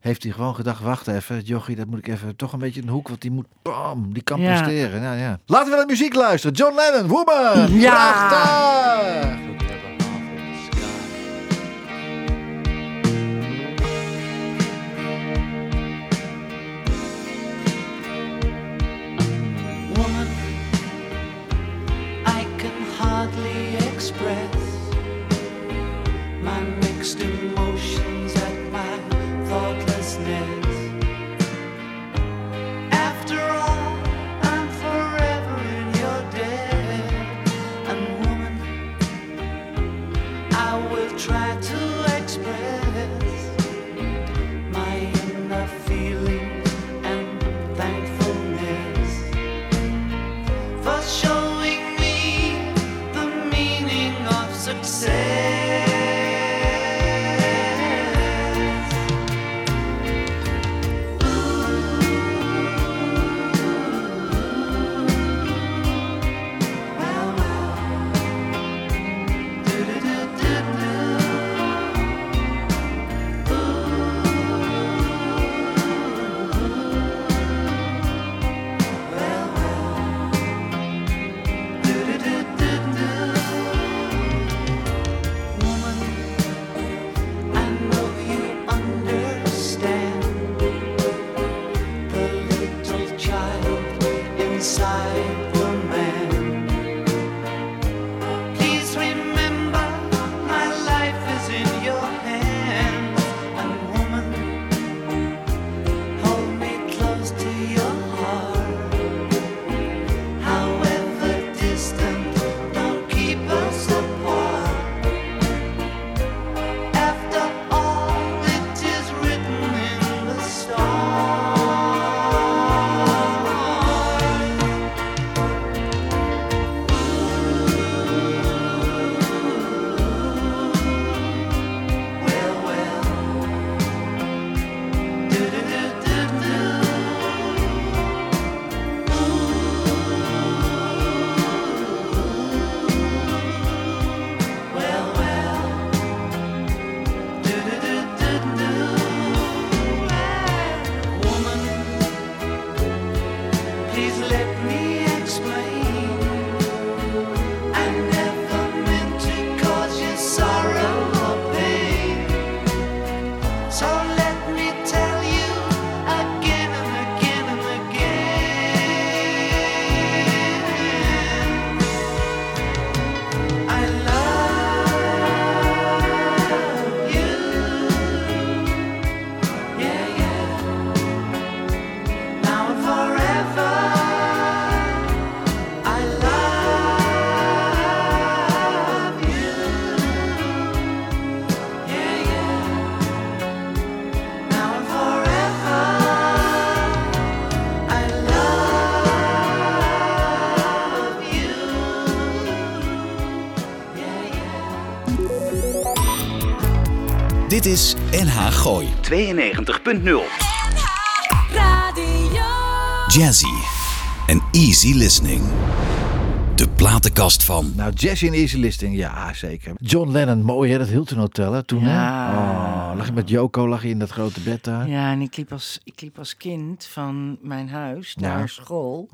heeft hij gewoon gedacht, wacht even, het jochie, dat moet ik even toch een beetje in de hoek, want die moet, bam, die kan
Ja.
presteren. Ja, ja. Laten we naar muziek luisteren. John Lennon, Woman.
Ja.
Prachtig.
woman I can hardly express my mixed emotions at my thoughtlessness. After all, I'm forever in your debt, and woman,
Dit is NH Gooi.
92.0.
Jazzy en easy listening. De platenkast van
Nou, Jazz in Easy Listing, ja zeker. John Lennon, mooi hè, dat Hilton Hotel hè, toen
Ja.
hè? Oh, lag je met Joko, lag je in dat grote bed daar. Ja.
Ja, en ik liep, als, ik liep als kind van mijn huis naar
Ja.
school.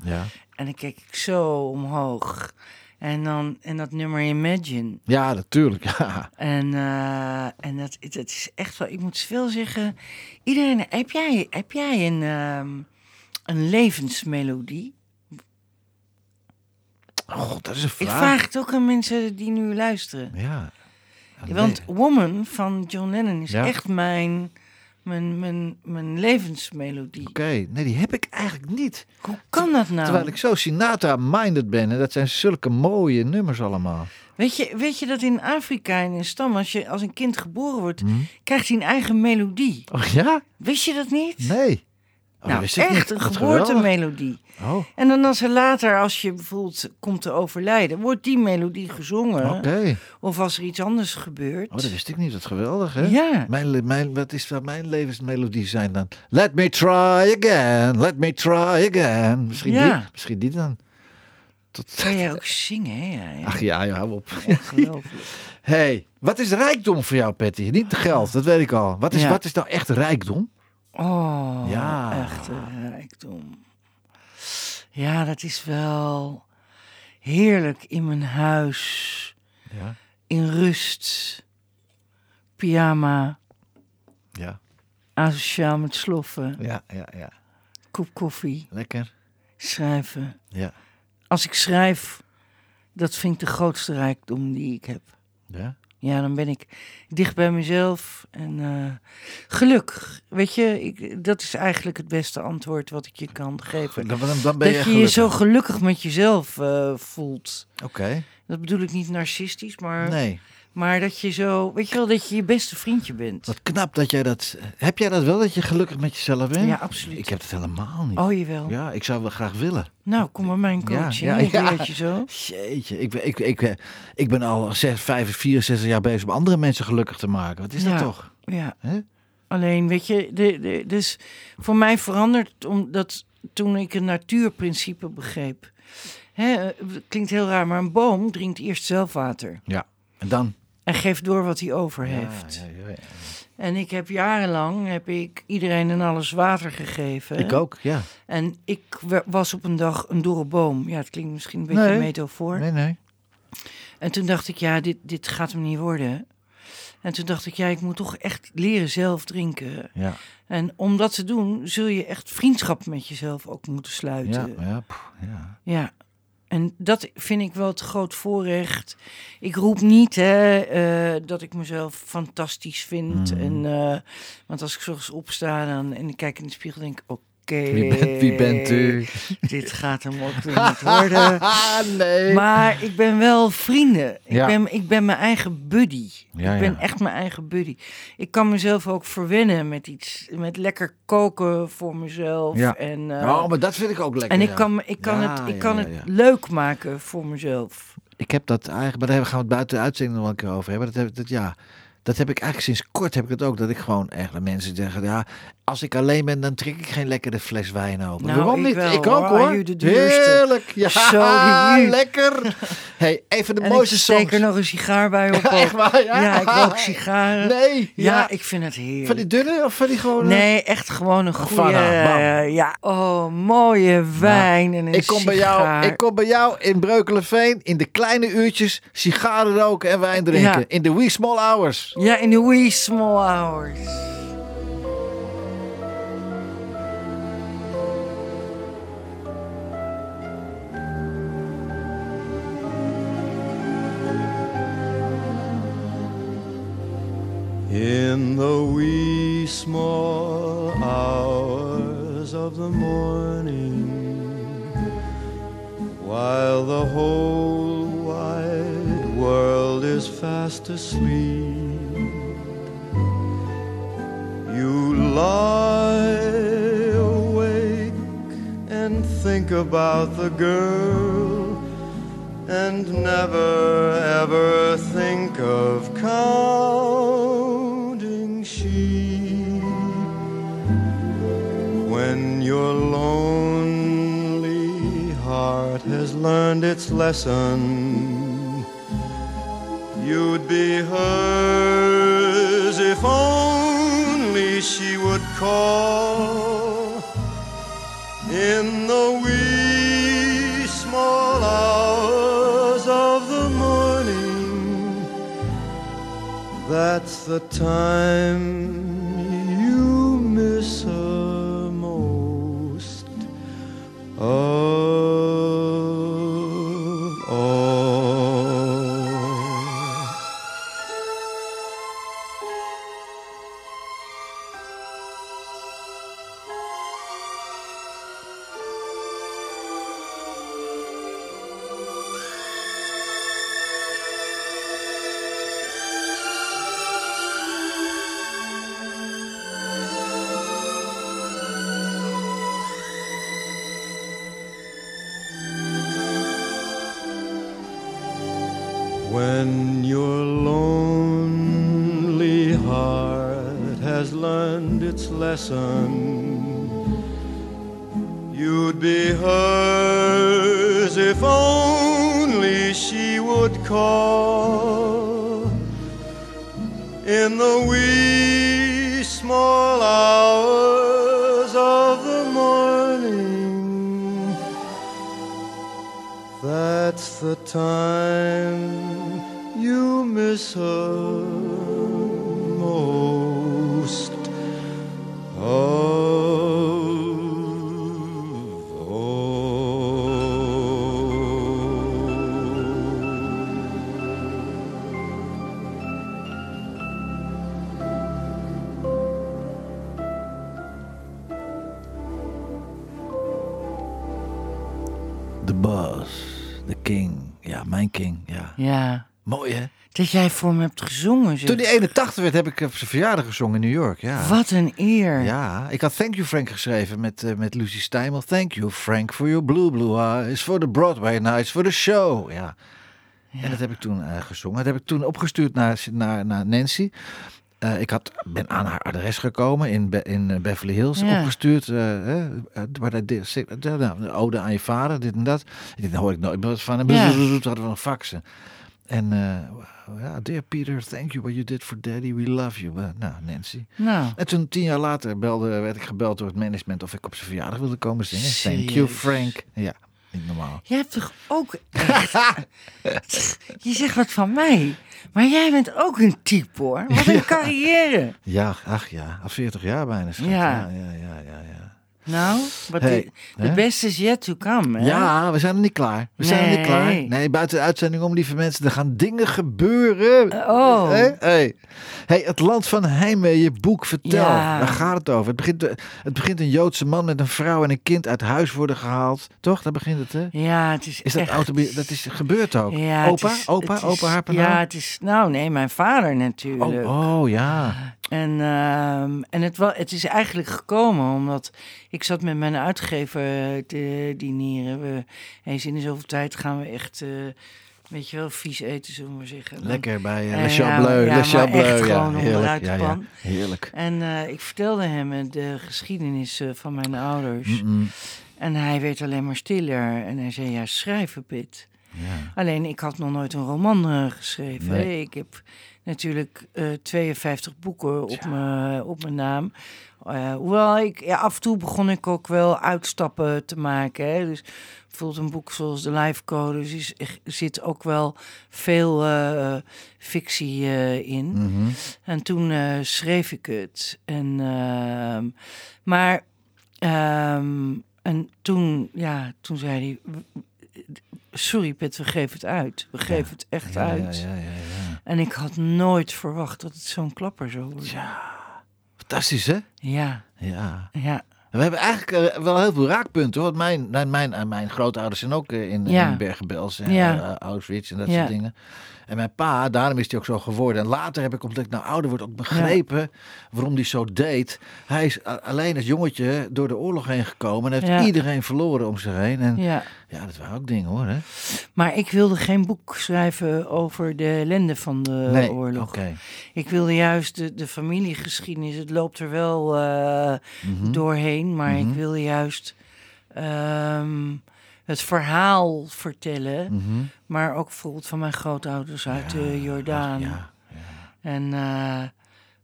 En dan keek ik zo omhoog. En dan en dat nummer Imagine.
Ja, natuurlijk. Ja.
En, eh, en dat, dat is echt wel, ik moet veel zeggen. Iedereen, heb jij, heb jij een, ehm, een levensmelodie?
God, dat is een
Ik
vraag.
vraag het ook aan mensen die nu luisteren.
Ja. Ja,
Want
nee.
Woman van John Lennon is
Ja.
echt mijn, mijn, mijn, mijn levensmelodie.
Oké, nee, die heb ik eigenlijk niet.
Hoe kan dat nou?
Terwijl ik zo Sinatra-minded ben. En dat zijn zulke mooie nummers allemaal.
Weet je, weet je dat in Afrika in een stam, als, je, als een kind geboren wordt,
Mhm.
krijgt hij een eigen melodie.
Oh ja?
Wist je dat niet?
Nee. Oh,
nou,
wist ik
echt
niet.
een
Wat geweldig.
geboortemelodie.
Oh,
En dan als er later, als je bijvoorbeeld komt te overlijden, wordt die melodie gezongen.
oké.
Of als er iets anders gebeurt.
Oh, dat wist ik niet. Wat geweldig, hè?
Ja.
Mijn, le- mijn, wat is dat mijn levensmelodie zijn dan? Let me try again, let me try again. Misschien,
Ja.
die, misschien die dan. Tot...
Kan jij ook zingen, hè? Ja,
Ach ja, ja, hou op.
Ongelooflijk.
hey, wat is rijkdom voor jou, Patty? Niet geld, dat weet ik al. Wat is,
Ja.
wat is nou echt rijkdom?
Oh,
Ja.
echt eh, rijkdom. Ja, dat is wel heerlijk in mijn huis.
Ja.
In rust. Pyjama.
Ja,
Asociaal met sloffen.
ja, ja. ja.
Kop koffie.
Lekker.
Schrijven.
Ja.
Als ik schrijf, dat vind ik de grootste rijkdom die ik heb.
ja.
Ja, dan ben ik dicht bij mezelf. En eh gelukkig, weet je, ik, dat is eigenlijk het beste antwoord wat ik je kan geven.
Dan, dan- dan ben
dat
je
je
gelukkig.
je zo gelukkig met jezelf eh, voelt.
Oké,
Dat bedoel ik niet narcistisch, maar,
nee.
maar dat je zo, weet je wel, dat je je beste vriendje bent.
Wat knap dat jij dat... Heb jij dat wel, dat je gelukkig met jezelf bent?
Ja, absoluut.
Ik heb het helemaal niet.
Oh, jawel.
Ja, ik zou wel graag willen.
Nou, kom maar mijn coaching.
ja,
ik
ja.
leer het je zo.
Jeetje, ik, ben- ik, ik, eh, ik ben al 6, 5, 64 jaar bezig om andere mensen gelukkig te maken. Wat is
Ja.
dat toch?
Ja.
Hè?
Alleen, weet je, de, de, dus voor mij verandert het omdat toen ik een natuurprincipe begreep. Hè, eh, klinkt heel raar, maar een boom drinkt eerst zelf water.
Ja. En dan?
En geeft door wat hij over heeft.
Ja, ja, ja.
En ik heb jarenlang heb ik iedereen en alles water gegeven.
Ik ook, ja.
En ik wa- was op een dag een dorre boom. Ja, het klinkt misschien een beetje
Nee.
metafoor.
Nee, nee.
En toen dacht ik, ja, dit, dit gaat hem niet worden. En toen dacht ik, ja, ik moet toch echt leren zelf drinken.
Ja,
En om dat te doen, zul je echt vriendschap met jezelf ook moeten
ja,
sluiten. Ja.
ja, pff, ja.
En dat vind ik wel het groot voorrecht. Ik roep niet hè, eh, dat ik mezelf fantastisch vind.
Mm.
En, eh, want als ik zorgens opsta dan, en ik kijk in de spiegel, denk ik: oké.
Wie, bent, wie bent u?
Dit gaat hem ook weer niet worden.
Ah, nee.
Maar ik ben wel vrienden. Ik,
Ja.
ben, ik ben mijn eigen buddy.
Ja,
ik ben
ja.
echt mijn eigen buddy. Ik kan mezelf ook verwennen met iets. Met lekker koken voor mezelf.
Ja.
En, eh,
Oh, maar dat vind ik ook lekker.
en ik
ja.
kan, ik kan,
Ja,
het, ik
ja,
kan
ja,
het
ja.
leuk maken voor mezelf.
Ik heb dat eigenlijk, maar daar gaan we het buiten de uitzending nog wel een keer over hebben. Dat, heb, dat, ja, dat heb ik eigenlijk sinds kort heb ik het ook. Dat ik gewoon echt aan mensen zeggen, ja, als ik alleen ben, dan trek ik geen lekkere fles wijn open.
Nou,
Waarom
ik
niet?
wel,
ik
hoor.
ook hoor.
Are you the duurste?
Heerlijk. Ja,
Sorry, you.
lekker. Hey, even de
en
mooiste
ik
songs.
steek er nog een sigaar bij op. ook.
Echt waar, ja?
ik rook sigaren.
Nee,
Ja,
ja.
ik vind het heerlijk.
Van die dunne of van die gewoon?
Nee, echt gewoon een goede.
Havana, bam.
eh, ja, oh, mooie wijn en een
Ik kom, bij jou,
sigaar.
ik kom bij jou in Breukelenveen in de kleine uurtjes sigaren roken en wijn drinken.
Ja.
In de wee small hours.
Ja, in de wee small hours.
In the wee small hours of the morning, while the whole wide world is fast asleep, you lie awake and think about the girl and never ever think of counting sleep when your lonely heart has learned its lesson. You'd be hers if only she would call in the wee small hours of the morning. That's the time you miss her most Oh. of all. When your lonely heart has learned its lesson, you'd be hers if only she would call in the wee small hours of the morning. That's the time you miss her most of all.
De boss, de king. Ja, mijn king. Ja.
Ja.
Mooi hè?
Dat jij voor me hebt gezongen. zeg.
Toen die 81 werd, heb ik op zijn verjaardag gezongen in New York. Ja.
Wat een eer.
Ja, ik had Thank You Frank geschreven met, eh, met Lucy Stijmel. Thank you Frank for your blue blue eyes, for the Broadway nights, for the show. Ja. En dat heb ik toen eh, gezongen. Dat heb ik toen opgestuurd naar, naar, naar Nancy. Eh, ik had, ben aan haar adres gekomen in, Be- in eh, Beverly Hills.
Ja.
Opgestuurd. eh, eh, waar dat dit- zit- eh, nou, een ode aan je vader, dit en dat. Ik dacht, daar hoor ik nooit meer wat van. En
Ja.
toen hadden we een faxen. En eh, ja, dear Peter, thank you what you did for daddy. We love you. Eh, nou, Nancy.
Nou.
En toen tien jaar later belde, werd ik gebeld door het management of ik op zijn verjaardag wilde komen zingen. Thank you,
Serieus?
Frank. Ja, niet normaal.
Jij hebt toch ook echt... je zegt wat van mij. Maar jij bent ook een type hoor. Wat een carrière.
Ja, ach ja, al 40 jaar bijna. schat.
Ja.
Ja, ja, ja, ja. Ja,
Nou, wat
Hey,
de-
hè?
de beste is yet to come. Hè?
ja we zijn er niet klaar. We zijn er niet klaar.
Nee.
Nee, buiten de uitzending om, lieve mensen. Er gaan dingen gebeuren.
oh.
Hé, hé. Hé, het land van Heimwee, je boek, vertel.
Ja.
Daar gaat het over. Het begint, het begint een Joodse man met een vrouw en een kind uit huis worden gehaald. Toch? Daar begint het, hè?
Ja, het is
Is dat
echt...
autobi- Dat is gebeurd ook.
Ja, het
opa,
is-
opa,
het is-
opa, haar
Ja, het is... Nou nee, mijn vader natuurlijk.
Oh, oh ja.
En, ehm, en het, wa- het is eigenlijk gekomen omdat ik zat met mijn uitgever eh, te dineren. We, eens in de zoveel tijd gaan we echt, eh, weet je wel, vies eten, zullen we maar zeggen. Dan-
Lekker bij eh,
Eh,
Le
ja,
Chableu.
ja,
Le
maar
Chableu,
echt
ja.
gewoon onderuit
heerlijk.
de
Ja, ja.
pan.
heerlijk.
En eh, ik vertelde hem eh, de geschiedenis eh, van mijn ouders. En hij werd alleen maar stiller. En hij zei, ja, schrijven, Pit. Alleen, ik had nog nooit een roman eh, geschreven.
Nee.
Ik heb natuurlijk eh, 52 boeken op, me, op mijn naam. Eh, hoewel, ik, ja, af en toe begon ik ook wel uitstappen te maken. Hè. Dus bijvoorbeeld een boek zoals De Life Code. Dus is, er zit ook wel veel eh, fictie eh, in. En toen eh, schreef ik het. En, ehm, maar ehm, en toen, ja, toen zei hij... Sorry, Pet, we geven het uit. We geven het echt
Ja, ja,
uit.
ja, ja, ja.
En ik had nooit verwacht dat het zo'n klapper zou worden. Ja.
Fantastisch, hè?
ja,
Ja.
ja.
En We hebben eigenlijk eh, wel heel veel raakpunten. hoor. Want mijn, mijn, mijn, eh, mijn grootouders zijn ook eh, in,
Ja.
in Bergen-Belsen en
Ja.
eh, Auschwitz en dat
Ja.
soort dingen. En mijn pa, daarom is hij ook zo geworden. En later heb ik, omdat ik nou ouder word, ook begrepen waarom hij zo deed. Hij is a- alleen als jongetje door de oorlog heen gekomen. En heeft
Ja.
iedereen verloren om zich heen. En ja,
Ja.
dat waren ook dingen hoor. Hè?
Maar ik wilde geen boek schrijven over de ellende van de
nee,
oorlog.
oké.
Ik wilde juist de, de familiegeschiedenis, het loopt er wel eh,
Mhm.
doorheen, maar ik wilde juist ehm, het verhaal vertellen,
Mhm.
maar ook bijvoorbeeld van mijn grootouders uit eh, Jordaan.
Ja.
En eh,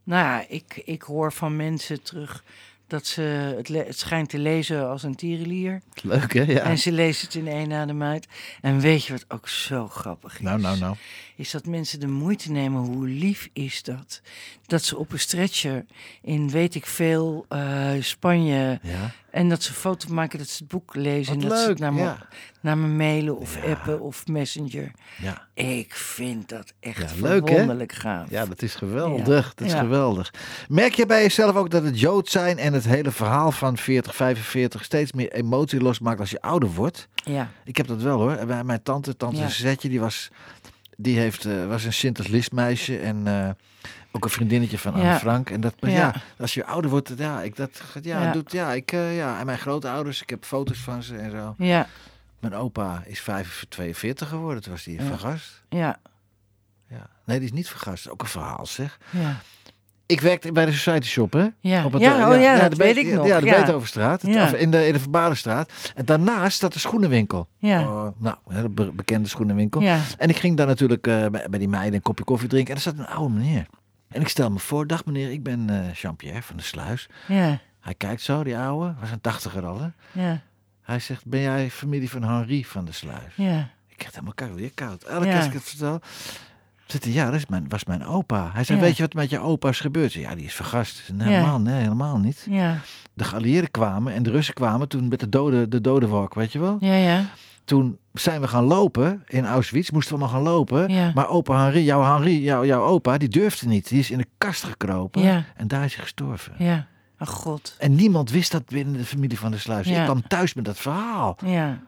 nou ja, ik, ik hoor van mensen terug dat ze het, le- het schijnt te lezen als een tierenlier.
Leuk hè? Ja.
En ze lezen het in één adem uit. En weet je wat ook zo grappig is?
Nou, nou, nou.
Is dat mensen de moeite nemen, hoe lief is dat? Dat ze op een stretcher in weet ik veel eh, Spanje...
Ja.
En dat ze een foto maken, dat ze het boek lezen.
Wat
en dat ze
leuk,
het naar, me,
ja.
naar me mailen of appen of messenger.
Ja.
Ik vind dat echt
Ja, leuk, hè?
verwonderlijk gaaf.
Ja, dat is geweldig. Dat is
Ja.
geweldig. Merk je bij jezelf ook dat het Jood zijn en het hele verhaal van 40, 45 steeds meer emotie losmaakt als je ouder wordt?
ja.
Ik heb dat wel hoor. En Bij mijn tante, tante
Ja.
Zetje, die was, die heeft, eh, was een Sinterklaasmeisje en eh, ook een vriendinnetje van Anne
Ja.
Frank. En dat, maar ja.
Ja.
als je ouder wordt, ja, ik dat, ja,
Ja.
doet, ja, ik, eh, ja. En mijn grootouders, ik heb foto's van ze en zo.
ja,
Mijn opa is 45 42 geworden, toen was die
Ja.
vergast.
ja,
Ja. Nee, die is niet vergast. Ook een verhaal, zeg.
ja.
Ik werkte bij de Society Shop, hè?
Ja. Ja, oh ja, dat
de
weet ik nog,
Ja, de
ja.
Beethovenstraat. het-
Ja.
Of in de, in de Verbalenstraat. En daarnaast staat de schoenenwinkel.
Ja.
Oh, nou, een hele be- bekende schoenenwinkel.
Ja.
En ik ging daar natuurlijk eh, bij, bij die meiden een kopje koffie drinken. En er zat een oude meneer. En ik stel me voor, dag meneer, ik ben eh Jean-Pierre van de Sluis.
ja,
Hij kijkt zo, die oude, was een tachtiger al, hè?
ja,
Hij zegt, ben jij familie van Henri van de Sluis?
ja.
Ik krijg helemaal koud, weer koud. Elke
Ja.
keer als ik het vertel. Zit hij, ja, dat is mijn, was mijn opa. Hij zei,
Ja.
weet je wat met je opa is gebeurd? Ik zei, Ja, die is vergast. Ik zei, nee,
Ja.
helemaal, nee, helemaal niet.
ja.
De geallieerden kwamen en de Russen kwamen toen met de dode, de dodenwalk, weet je wel?
Ja, ja.
Toen zijn we gaan lopen in Auschwitz, moesten we allemaal gaan lopen.
Ja.
Maar opa Henri, jouw Henri, jouw, jouw opa, die durfde niet. Die is in de kast gekropen
Ja.
en daar is hij gestorven.
Ja. Ach god.
En niemand wist dat binnen de familie van de sluis.
Ja.
Ik kwam thuis met dat verhaal.
Ja.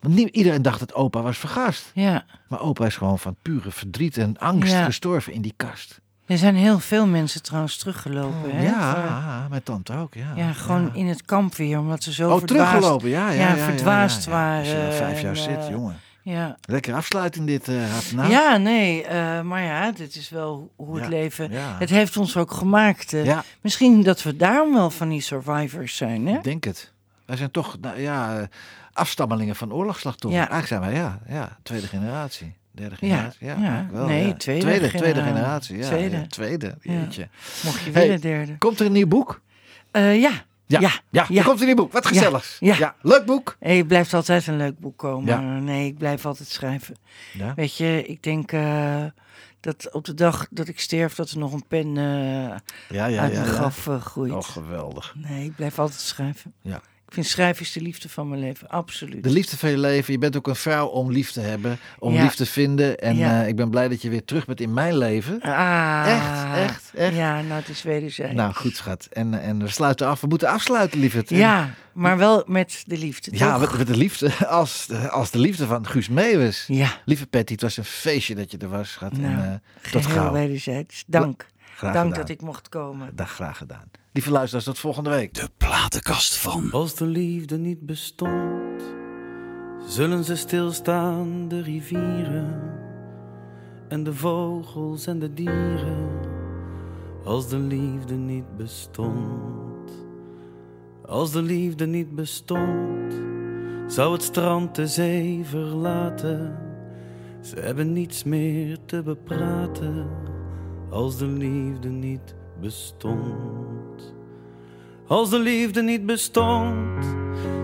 Want nie- iedereen dacht dat opa was vergast.
Ja.
Maar opa is gewoon van pure verdriet en angst
Ja.
gestorven in die kast.
Er zijn heel veel mensen trouwens teruggelopen. hè? Voor-
Oh, ja, mijn tante ook, ja.
ja, gewoon in het kamp weer, omdat ze zo
Oh,
verdwaasd-
teruggelopen, ja. Ja,
ja,
ja,
verdwaasd
Als je
waren,
daar vijf jaar
en,
zit,
eh,
jongen.
Ja.
Lekker afsluiten dit, eh Hafna.
Ja, nee, eh, maar ja, dit is wel hoe het
Ja,
leven...
ja.
Het heeft ons ook gemaakt. eh.
Ja.
Misschien dat we daarom wel van die survivors zijn, hè?
Ik denk het. Wij zijn toch, nou ja, eh, afstammelingen van oorlogsslachtoffers.
Ja.
Eigenlijk zijn wij, ja, ja, tweede generatie. Derde
Ja,
generatie, ja,
ja.
eigenlijk wel,
Nee,
ja.
tweede
tweede,
genera-
tweede generatie, ja.
Tweede.
ja, tweede,
Ja.
jeetje.
Mocht je
Hey.
willen, derde.
Komt er een nieuw boek?
Eh, ja. Ja.
ja,
Ja.
er komt een nieuw boek. Wat gezelligs.
Ja.
leuk boek.
Hey, het blijft altijd een leuk boek komen.
Ja.
Nee, ik blijf altijd schrijven.
Ja.
Weet je, ik denk eh, dat op de dag dat ik sterf, dat er nog een pen eh,
Ja, ja,
uit
ja.
mijn
ja.
graf eh, groeit.
Oh, geweldig.
nee, ik blijf altijd schrijven.
Ja.
Ik vind schrijven is de liefde van mijn leven, absoluut.
De liefde van je leven. Je bent ook een vrouw om lief te hebben, om
Ja.
lief te vinden. En
Ja.
eh, ik ben blij dat je weer terug bent in mijn leven.
Ah,
Echt, echt, echt.
Ja, nou, het is wederzijds.
Nou, goed, schat. En, eh, en we sluiten af. We moeten afsluiten, lieverd. En-
Ja, maar wel met de liefde.
Ja,
toch?
met, met de liefde. Als, de- als de liefde van Guus Meeuwis.
ja.
Lieve Patty, het was een feestje dat je er was, schat.
Nou,
en, eh, tot
Geheel
gauw.
wederzijds. Dank.
Graag
Dank
gedaan.
dat ik mocht komen.
Dag, graag gedaan. Lieve luisteraars, tot volgende week.
De platenkast van.
Als de liefde niet bestond, zullen ze stilstaan, de rivieren en de vogels en de dieren. Als de liefde niet bestond, als de liefde niet bestond, zou het strand de zee verlaten. Ze hebben niets meer te bepraten, als de liefde niet bestond. Als de liefde niet bestond,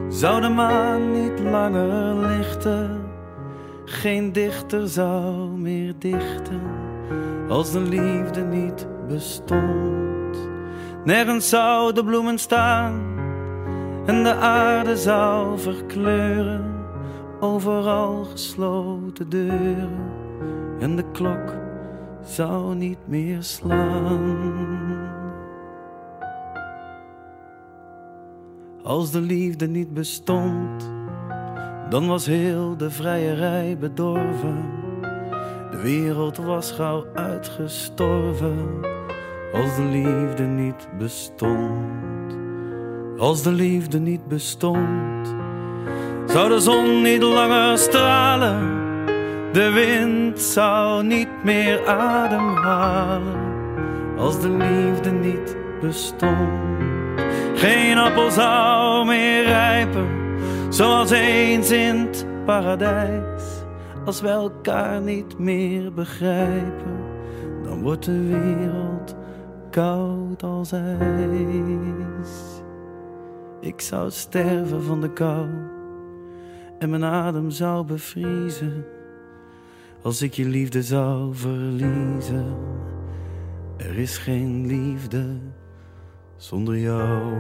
zou de maan niet langer lichten. Geen dichter zou meer dichten. Als de liefde niet bestond, nergens zou de bloemen staan. En de aarde zou verkleuren, overal gesloten deuren. En de klok zou niet meer slaan. Als de liefde niet bestond, dan was heel de vrijerij bedorven. De wereld was gauw uitgestorven, als de liefde niet bestond. Als de liefde niet bestond, zou de zon niet langer stralen. De wind zou niet meer ademhalen als de liefde niet bestond. Geen appel zou meer rijpen, zoals eens in het paradijs. Als we elkaar niet meer begrijpen, dan wordt de wereld koud als ijs. Ik zou sterven van de kou en mijn adem zou bevriezen als ik je liefde zou verliezen. Er is geen liefde zonder jou.